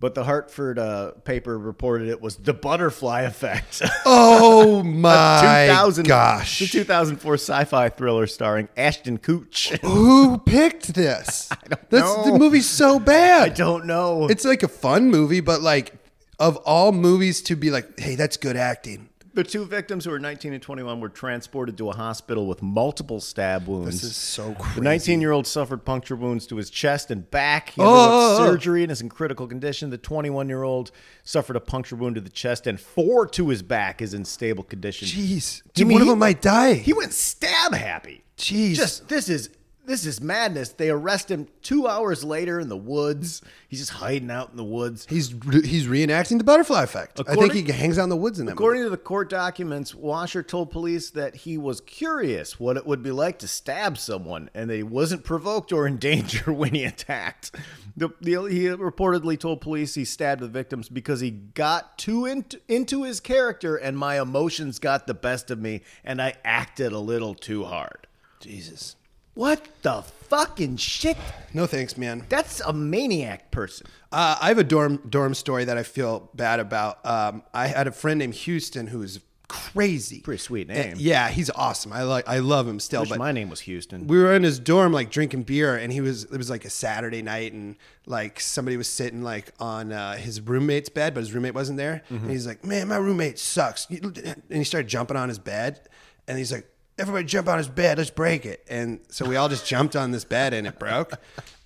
Speaker 1: but the Hartford uh, paper reported it was The Butterfly Effect.
Speaker 2: Oh my
Speaker 1: The
Speaker 2: gosh!
Speaker 1: 2004 sci fi thriller starring Ashton Kutch.
Speaker 2: Who picked this? I don't That's,
Speaker 1: know.
Speaker 2: The movie's so bad.
Speaker 1: I don't know.
Speaker 2: It's like a fun movie, but like of all movies to be like, hey, that's good acting.
Speaker 1: The two victims, who were 19 and 21, were transported to a hospital with multiple stab wounds.
Speaker 2: This is so crazy.
Speaker 1: The 19 year old suffered puncture wounds to his chest and back. He underwent
Speaker 2: Oh, oh, oh.
Speaker 1: surgery and is in critical condition. The 21 year old suffered a puncture wound to the chest and four to his back is in stable condition.
Speaker 2: Jeez,
Speaker 1: I
Speaker 2: dude,
Speaker 1: mean,
Speaker 2: one of
Speaker 1: he-
Speaker 2: them might die.
Speaker 1: He went stab happy.
Speaker 2: Jeez.
Speaker 1: Just this is this is madness. They arrest him two hours later in the woods. He's just hiding out in the woods.
Speaker 2: he's re- he's reenacting the butterfly effect. I
Speaker 1: According-
Speaker 2: think he hangs out in the woods in that.
Speaker 1: According to the court documents, Washer told police that he was curious what it would be like to stab someone and that he wasn't provoked or in danger when he attacked. The, the, he reportedly told police he stabbed the victims because he got too into, into his character and my emotions got the best of me and I acted a little too hard.
Speaker 2: movie. Jesus.
Speaker 1: What the fucking shit?
Speaker 2: No thanks, man.
Speaker 1: That's a maniac person.
Speaker 2: Uh, I have a dorm dorm story that I feel bad about. Um, I had a friend named Houston who is crazy.
Speaker 1: Pretty sweet
Speaker 2: And-
Speaker 1: name.
Speaker 2: yeah, he's awesome. I like I love him still.
Speaker 1: Wish
Speaker 2: Oh, but
Speaker 1: my name was Houston.
Speaker 2: we were in his dorm like drinking beer and he was it was like a saturday night and like somebody was sitting like on uh, his roommate's bed but his roommate wasn't there and he's like man my roommate sucks and he started jumping on his bed and he's like everybody jump on his bed let's break it and so we all just jumped on this bed and it broke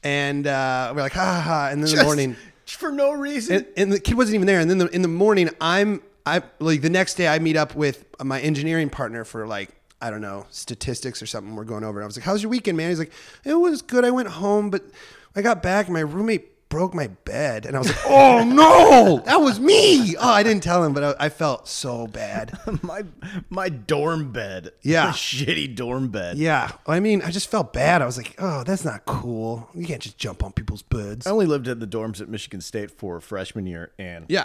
Speaker 2: and uh, we're like ha ha ha and then in the
Speaker 1: Just
Speaker 2: morning
Speaker 1: For no reason.
Speaker 2: and, and the kid wasn't even there. And then the, in the morning, I'm I like the next day I meet up with my engineering partner for like I don't know statistics or something. We're going over. And I was like, "How's your weekend, man?" He's like, "It was good. I went home, but I got back. and My roommate broke my bed, and I was like, "Oh no, that was me." Oh, I didn't tell him, but I, I felt so bad.
Speaker 1: my my dorm bed.
Speaker 2: Yeah.
Speaker 1: My shitty dorm bed.
Speaker 2: Yeah, I mean, I just felt bad. I was like, "Oh, that's not cool. You can't just jump on people's beds."
Speaker 1: I only lived in the dorms at Michigan State for freshman year and
Speaker 2: Yeah.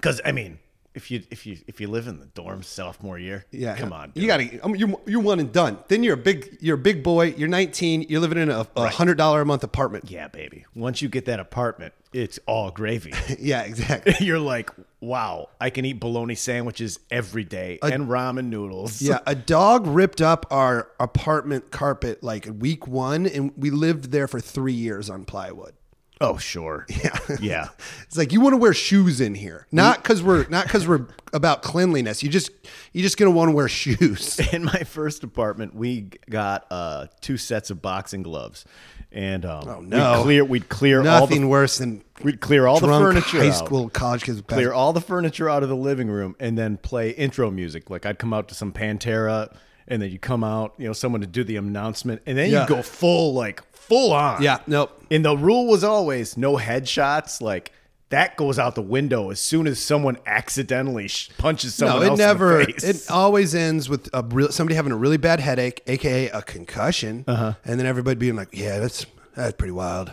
Speaker 1: cuz I mean, if you if you if you live in the dorms sophomore year,
Speaker 2: Yeah,
Speaker 1: come on.
Speaker 2: You got to. I mean, you're you're one and done. Then you're a big you're a big boy. You're 19. You're living in a, a hundred dollar a month apartment.
Speaker 1: Yeah, baby. Once you get that apartment, it's all gravy.
Speaker 2: Yeah, exactly.
Speaker 1: You're like, "Wow, I can eat bologna sandwiches every day and ramen noodles."
Speaker 2: yeah, a dog ripped up our apartment carpet like week one, and we lived there for three years on plywood.
Speaker 1: Oh, sure. Yeah. Yeah.
Speaker 2: It's like you want to wear shoes in here,
Speaker 1: Mm.
Speaker 2: not because we're not because we're about cleanliness. You just you're just gonna want to wear shoes.
Speaker 1: in my first apartment, we got uh, two sets of boxing gloves, and um, oh
Speaker 2: no.
Speaker 1: we'd clear we'd clear
Speaker 2: Nothing
Speaker 1: all the,
Speaker 2: worse than
Speaker 1: we'd clear all the
Speaker 2: drunk
Speaker 1: furniture
Speaker 2: high
Speaker 1: out.
Speaker 2: school college kids.
Speaker 1: clear all the furniture out of the living room and then play intro music. Like I'd come out to some Pantera and then you come out, you know, someone to do the announcement and then
Speaker 2: Yeah.
Speaker 1: you go full like full on.
Speaker 2: Yeah, nope.
Speaker 1: And the rule was always no headshots like that goes out the window as soon as someone accidentally sh- punches someone
Speaker 2: no, it
Speaker 1: else
Speaker 2: never.
Speaker 1: in the face.
Speaker 2: It always ends with a real, somebody having a really bad headache, aka a concussion, and then everybody being like, "Yeah, that's that's pretty wild.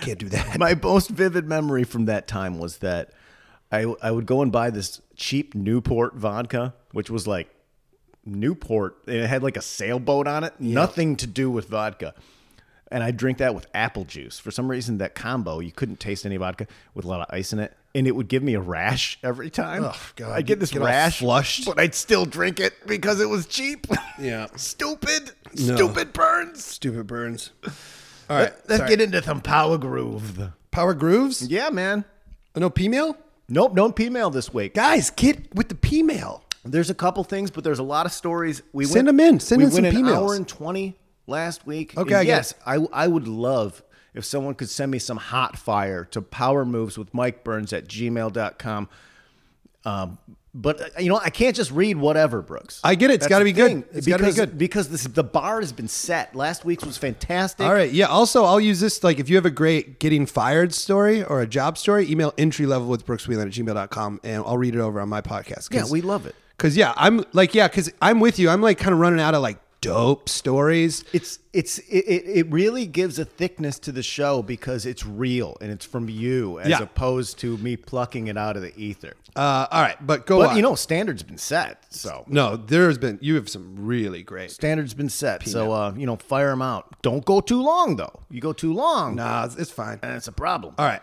Speaker 2: Can't do that."
Speaker 1: My most vivid memory from that time was that I I would go and buy this cheap Newport vodka, which was like Newport, and it had like a sailboat on it. Nothing to do with vodka. And I drink that with apple juice. For some reason, that combo you couldn't taste any vodka with a lot of ice in it, and it would give me a rash every time.
Speaker 2: Oh, God.
Speaker 1: I get this
Speaker 2: Get all
Speaker 1: rash,
Speaker 2: flushed.
Speaker 1: but I'd still drink it because it was cheap.
Speaker 2: Yeah.
Speaker 1: stupid,
Speaker 2: No.
Speaker 1: stupid burns.
Speaker 2: Stupid burns. All right,
Speaker 1: Let's
Speaker 2: sorry.
Speaker 1: get into some power groove.
Speaker 2: power grooves.
Speaker 1: Yeah, man.
Speaker 2: No P mail,
Speaker 1: Nope, don't P mail this week.
Speaker 2: guys. Get with the P mail.
Speaker 1: There's a couple things, but there's a lot of stories. We
Speaker 2: Send
Speaker 1: went,
Speaker 2: 'em in. Send
Speaker 1: we
Speaker 2: in some
Speaker 1: went an
Speaker 2: P-mails.
Speaker 1: hour and twenty last week.
Speaker 2: Okay,
Speaker 1: And
Speaker 2: I get
Speaker 1: yes, I I would love if someone could send me some hot fire to power moves with Mike Burns at gmail.com. Um, but uh, you know, I can't just read whatever, Brooks.
Speaker 2: I get it. It's
Speaker 1: That's
Speaker 2: gotta
Speaker 1: the
Speaker 2: be good.
Speaker 1: thing,
Speaker 2: It's gotta
Speaker 1: because,
Speaker 2: be good.
Speaker 1: because this the bar has been set. Last week's was fantastic.
Speaker 2: All right. Yeah. Also, I'll use this. Like, if you have a great getting fired story or a job story, email entry level with Brooks Wheelan at gmail.com and I'll read it over on my podcast. 'Cause-
Speaker 1: Yeah, we love it.
Speaker 2: Cause yeah, I'm like, yeah, cause I'm with you. I'm like kind of running out of like dope stories.
Speaker 1: It's it's it, it it really gives a thickness to the show because it's real and it's from you as
Speaker 2: Yeah.
Speaker 1: opposed to me plucking it out of the ether.
Speaker 2: Uh, all right, but go
Speaker 1: But
Speaker 2: on.
Speaker 1: you know, standards been set. So
Speaker 2: no, there's been you have some really great.
Speaker 1: standards been set. So uh, you know, fire them out. Don't go too long though. You go too long,
Speaker 2: Nah, it's, it's fine.
Speaker 1: and it's a problem.
Speaker 2: All right,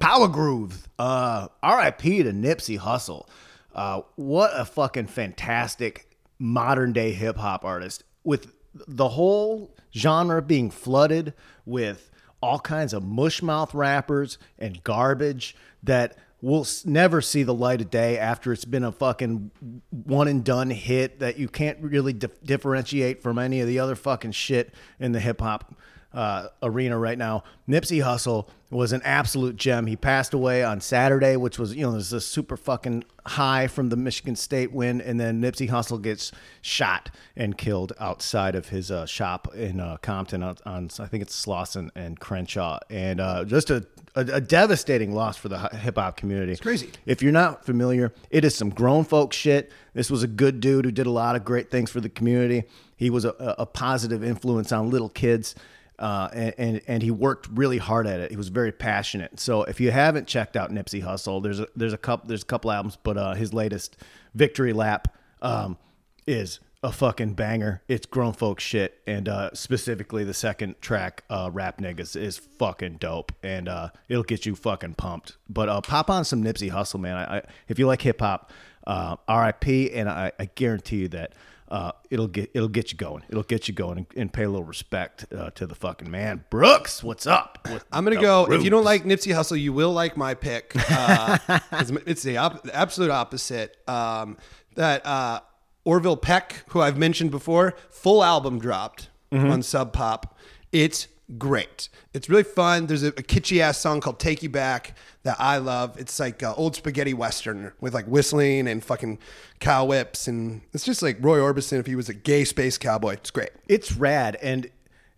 Speaker 1: Power Groove. Uh, R.I.P. to Nipsey Hussle. Uh, what a fucking fantastic modern day hip hop artist with the whole genre being flooded with all kinds of mushmouth rappers and garbage that will s- never see the light of day after it's been a fucking one and done hit that you can't really dif- differentiate from any of the other fucking shit in the hip hop uh, arena right now. Nipsey Hussle was an absolute gem. He passed away on Saturday, which was, you know, there's a super fucking high from the Michigan State win. And then Nipsey Hussle gets shot and killed outside of his uh, shop in uh, Compton on, on, I think it's Slauson and Crenshaw. And uh, just a, a, a devastating loss for the hip hop community. It's
Speaker 2: crazy.
Speaker 1: if you're not familiar, it is some grown folk shit. This was a good dude who did a lot of great things for the community. He was a, a positive influence on little kids, uh, and, and and he worked really hard at it. He was very passionate. So if you haven't checked out Nipsey Hussle, there's a, there's a couple there's a couple albums, but uh, his latest, Victory Lap, um, is a fucking banger. It's grown folk shit, and uh, specifically the second track, uh, "Rap Niggas," is fucking dope, and uh, it'll get you fucking pumped. But uh, pop on some Nipsey Hustle, man. I, I, if you like hip hop, uh, R.I.P. And I, I guarantee you that uh, it'll get it'll get you going. It'll get you going, and, and pay a little respect uh, to the fucking man, Brooks. What's up? with
Speaker 2: I'm gonna
Speaker 1: the
Speaker 2: go. If you don't
Speaker 1: Roots?
Speaker 2: like Nipsey Hussle, you will like my pick. Uh, 'cause it's the, op- the absolute opposite. Um, that uh, Orville Peck, who I've mentioned before, full album dropped on Sub Pop. It's great. It's really fun. There's a, a kitschy ass song called "Take You Back" that I love. It's like uh, old spaghetti western with like whistling and fucking cow whips, and it's just like Roy Orbison if he was a gay space cowboy. It's great.
Speaker 1: It's rad, and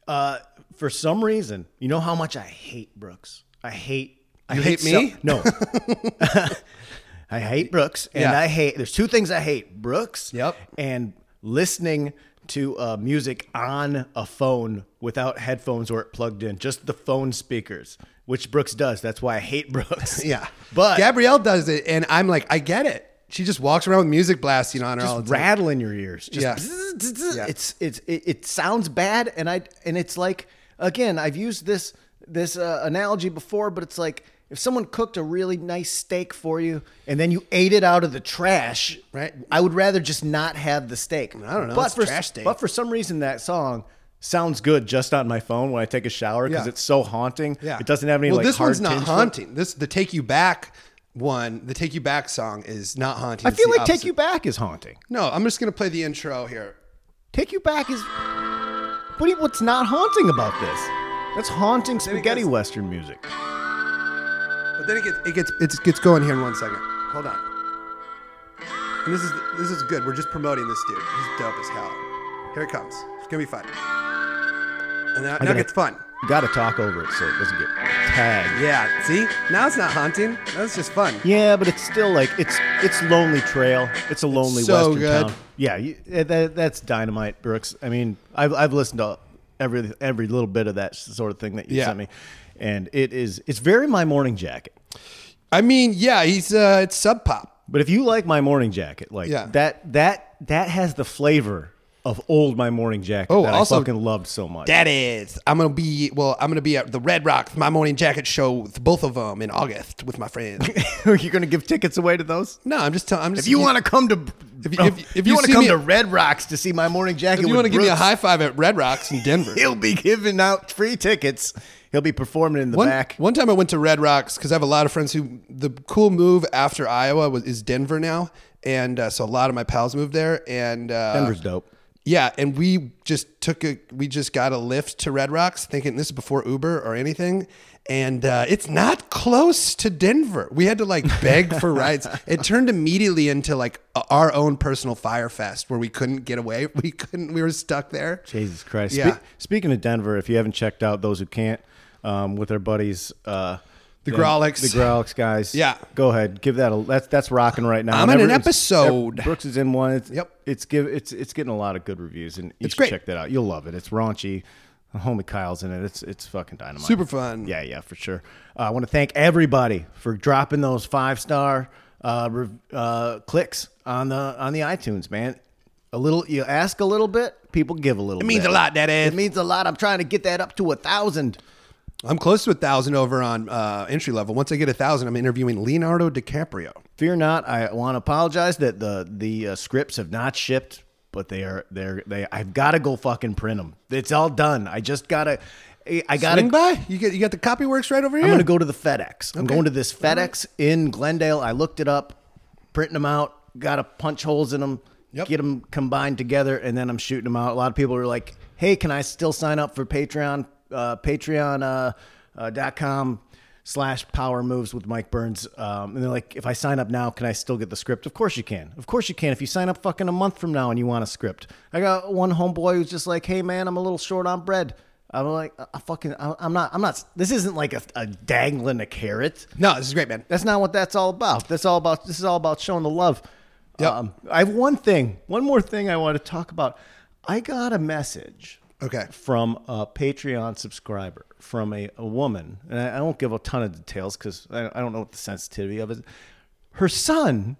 Speaker 1: uh, for some reason, you know how much I hate Brooks. I hate. I
Speaker 2: You hate
Speaker 1: so-
Speaker 2: me?
Speaker 1: no. I hate Brooks, and
Speaker 2: Yeah.
Speaker 1: I hate. There's two things I hate: Brooks.
Speaker 2: Yep.
Speaker 1: And listening to uh, music on a phone without headphones or it plugged in, just the phone speakers, which Brooks does. That's why I hate Brooks.
Speaker 2: Yeah.
Speaker 1: But
Speaker 2: Gabrielle does it, and I'm like, I get it. She just walks around with music blasting on her all the
Speaker 1: just
Speaker 2: time.
Speaker 1: rattle in your ears. Just
Speaker 2: Yeah.
Speaker 1: bzz, bzz, bzz.
Speaker 2: Yeah.
Speaker 1: It's it's it, it sounds bad, and I and it's like again I've used this this uh, analogy before, but it's like if someone cooked a really nice steak for you and then you ate it out of the trash,
Speaker 2: Right.
Speaker 1: I would rather just not have the steak. I
Speaker 2: don't know.
Speaker 1: but
Speaker 2: It's
Speaker 1: for
Speaker 2: trash steak.
Speaker 1: but for some reason that song. Sounds good just on my phone when I take a shower because
Speaker 2: Yeah.
Speaker 1: it's so haunting.
Speaker 2: Yeah.
Speaker 1: It doesn't have any
Speaker 2: well,
Speaker 1: like
Speaker 2: this
Speaker 1: hard
Speaker 2: one's not
Speaker 1: tinge to it.
Speaker 2: haunting. This the Take You Back one, the Take You Back song is not haunting.
Speaker 1: I
Speaker 2: It's
Speaker 1: feel
Speaker 2: the
Speaker 1: like Take
Speaker 2: opposite.
Speaker 1: You Back is haunting.
Speaker 2: No, I'm just gonna play the intro here.
Speaker 1: Take You Back is. What do you, what's not haunting about this? That's haunting spaghetti
Speaker 2: goes-
Speaker 1: western music.
Speaker 2: But then it gets it gets it gets going here in one second. Hold on. And this is this is good. We're just promoting this dude. He's dope as hell. Here it comes. It's gonna be fun. And now, now
Speaker 1: gonna-
Speaker 2: it gets fun.
Speaker 1: You gotta talk over it so it doesn't get tagged.
Speaker 2: Yeah. See, now it's not haunting. Now it's just fun.
Speaker 1: Yeah, but it's still like it's it's Lonely Trail. It's a lonely
Speaker 2: so
Speaker 1: western
Speaker 2: good.
Speaker 1: town. Yeah, you, eh, that, that's dynamite, Brooks. I mean, I've I've listened to every every little bit of that sort of thing that you
Speaker 2: Yeah.
Speaker 1: sent me, and it is it's very my morning jacket.
Speaker 2: I mean, yeah, he's uh, it's sub pop.
Speaker 1: But if you like my morning jacket, like
Speaker 2: Yeah.
Speaker 1: that that that has the flavor of old my morning jacket
Speaker 2: Oh,
Speaker 1: that
Speaker 2: also-
Speaker 1: I fucking loved so much.
Speaker 2: That is, I'm gonna be well. I'm gonna be at the Red Rock My Morning Jacket show with both of them in August with my friends.
Speaker 1: Are you going to give tickets away to those?
Speaker 2: no, I'm just telling. I'm just
Speaker 1: If you want to come to,
Speaker 2: If
Speaker 1: if
Speaker 2: you-
Speaker 1: you,
Speaker 2: if- if you
Speaker 1: want
Speaker 2: see
Speaker 1: to come
Speaker 2: me-
Speaker 1: to Red Rocks to see my morning jacket,
Speaker 2: if you
Speaker 1: want to
Speaker 2: give me a high five at Red Rocks in Denver.
Speaker 1: he'll be giving out free tickets. He'll be performing in the
Speaker 2: One,
Speaker 1: back.
Speaker 2: one time I went to Red Rocks because I have a lot of friends who the cool move after Iowa was is Denver now, and uh, so a lot of my pals moved there. And uh,
Speaker 1: Denver's dope.
Speaker 2: Yeah, and we just took a we just got a lift to Red Rocks, thinking this is before Uber or anything, and uh, it's not close to Denver. We had to like beg for rides. It turned immediately into like a- our own personal fire fest where we couldn't get away. We couldn't. We were stuck there.
Speaker 1: Jesus Christ.
Speaker 2: Yeah.
Speaker 1: Spe- speaking of Denver, if you haven't checked out those who can't, um, with our buddies, uh,
Speaker 2: The Grolics.
Speaker 1: the Grolics guys,
Speaker 2: Yeah.
Speaker 1: go ahead, give that a that's that's rocking right now.
Speaker 2: I'm in an
Speaker 1: everyone's-
Speaker 2: episode.
Speaker 1: ev- Brooks is in one. It's,
Speaker 2: Yep.
Speaker 1: it's give it's it's getting a lot of good reviews, and you
Speaker 2: It's
Speaker 1: should
Speaker 2: great.
Speaker 1: check that out. You'll love it. It's raunchy. The homie Kyle's in it. It's it's fucking dynamite.
Speaker 2: Super fun.
Speaker 1: Yeah, yeah, for sure. Uh, I want to thank everybody for dropping those five star uh, rev- uh, clicks on the on the iTunes, man. A little, you ask a little bit, people give a little. It
Speaker 2: means a lot, that is.
Speaker 1: It means a lot. I'm trying to get that up to a thousand.
Speaker 2: I'm close to a thousand over on uh, entry level. Once I get a thousand, I'm interviewing Leonardo DiCaprio.
Speaker 1: Fear not. I want to apologize that the the uh, scripts have not shipped, but they are they're they. I've got to go fucking print them. It's all done. I just gotta. I gotta
Speaker 2: Swing by. You get you got the copy works right over here.
Speaker 1: I'm going to go to the FedEx. I'm
Speaker 2: Okay.
Speaker 1: going to this FedEx in Glendale. I looked it up, printing them out, got to punch holes in them,
Speaker 2: Yep.
Speaker 1: get them combined together, and then I'm shooting them out. A lot of people are like, "Hey, can I still sign up for Patreon? Uh, Patreon uh, uh, dot com slash Power Moves with Mike Burns." Um, and they're like, "If I sign up now, can I still get the script?" Of course you can. Of course you can. If you sign up fucking a month from now and you want a script, I got one homeboy who's just like, "Hey man, I'm a little short on bread." I'm like, I I fucking, I- I'm not, I'm not. This isn't like a, a dangling a carrot.
Speaker 2: No, this is great, man.
Speaker 1: That's not what that's all about. That's all about. This is all about showing the love. Um,
Speaker 2: Yep.
Speaker 1: I have one thing, one more thing I want to talk about. I got a message
Speaker 2: Okay.
Speaker 1: from a Patreon subscriber from a, a woman, and I, I won't give a ton of details because I, I don't know what the sensitivity of it. Her son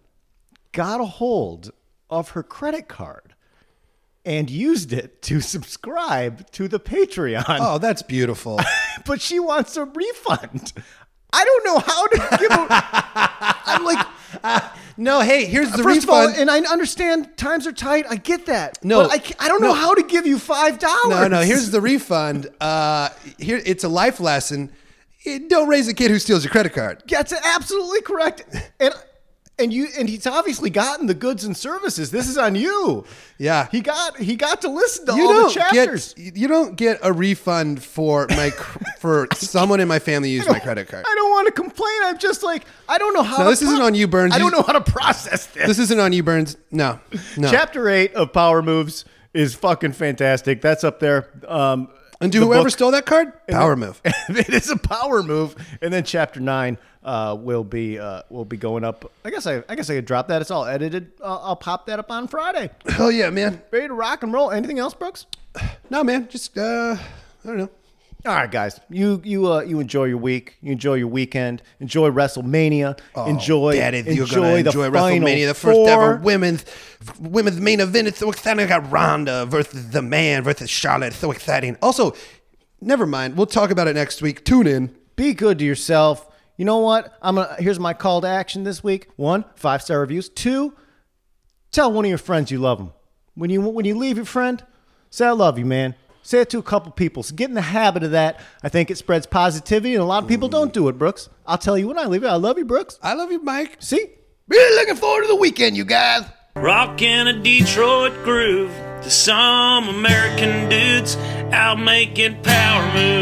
Speaker 1: got a hold of her credit card and used it to subscribe to the Patreon
Speaker 2: Oh, that's beautiful.
Speaker 1: but she wants a refund. I don't know how to give a. I'm like,
Speaker 2: uh, no, hey, here's the
Speaker 1: first
Speaker 2: refund.
Speaker 1: of all, and I understand times are tight. I get that.
Speaker 2: No.
Speaker 1: but I, ca- I don't know
Speaker 2: No.
Speaker 1: how to give you five dollars.
Speaker 2: no, no, here's the refund. Uh, here, it's a life lesson. Eh, Don't raise a kid who steals your credit card.
Speaker 1: That's absolutely correct. And and you and he's obviously gotten the goods and services. This is on you.
Speaker 2: Yeah.
Speaker 1: he got he got to listen to
Speaker 2: You
Speaker 1: all the
Speaker 2: don't
Speaker 1: chapters.
Speaker 2: get you don't get a refund for my cr- for someone in my family used my credit card.
Speaker 1: I don't want to complain. I'm just like I don't know how.
Speaker 2: No,
Speaker 1: to
Speaker 2: this isn't on you, Burns.
Speaker 1: I
Speaker 2: You-
Speaker 1: don't know how to process this.
Speaker 2: This isn't on you, Burns. No, no.
Speaker 1: Chapter eight of Power Moves is fucking fantastic. That's up there. Um,
Speaker 2: and do
Speaker 1: the
Speaker 2: whoever
Speaker 1: book-
Speaker 2: stole that card, power move.
Speaker 1: it is a power move. And then chapter nine uh, will be uh, will be going up. I guess I I guess I could drop that. It's all edited. Uh, I'll pop that up on Friday.
Speaker 2: Hell yeah, man.
Speaker 1: Ready to rock and roll. Anything else, Brooks?
Speaker 2: No, man. Just uh, I don't know.
Speaker 1: All right, guys. You you uh, you enjoy your week. You enjoy your weekend. Enjoy WrestleMania. enjoy
Speaker 2: Daddy,
Speaker 1: enjoy,
Speaker 2: you're gonna
Speaker 1: the
Speaker 2: enjoy
Speaker 1: final
Speaker 2: WrestleMania, the first
Speaker 1: four.
Speaker 2: ever women's women's main event. It's so exciting. I got Ronda versus the man versus Charlotte. It's so exciting. Also, never mind. We'll talk about it next week. Tune in.
Speaker 1: be good to yourself. You know what? I'm gonna here's my call to action this week. One, five star reviews. Two, tell one of your friends you love them. When you when you leave your friend, say I love you, man. Say it to a couple people. So get in the habit of that. I think it spreads positivity, and a lot of people don't do it. Brooks, I'll tell you when I leave it. I love you, Brooks.
Speaker 2: I love you, Mike.
Speaker 1: See,
Speaker 2: Really looking forward to the weekend, you guys.
Speaker 3: Rockin' a Detroit groove to some American dudes out making power moves.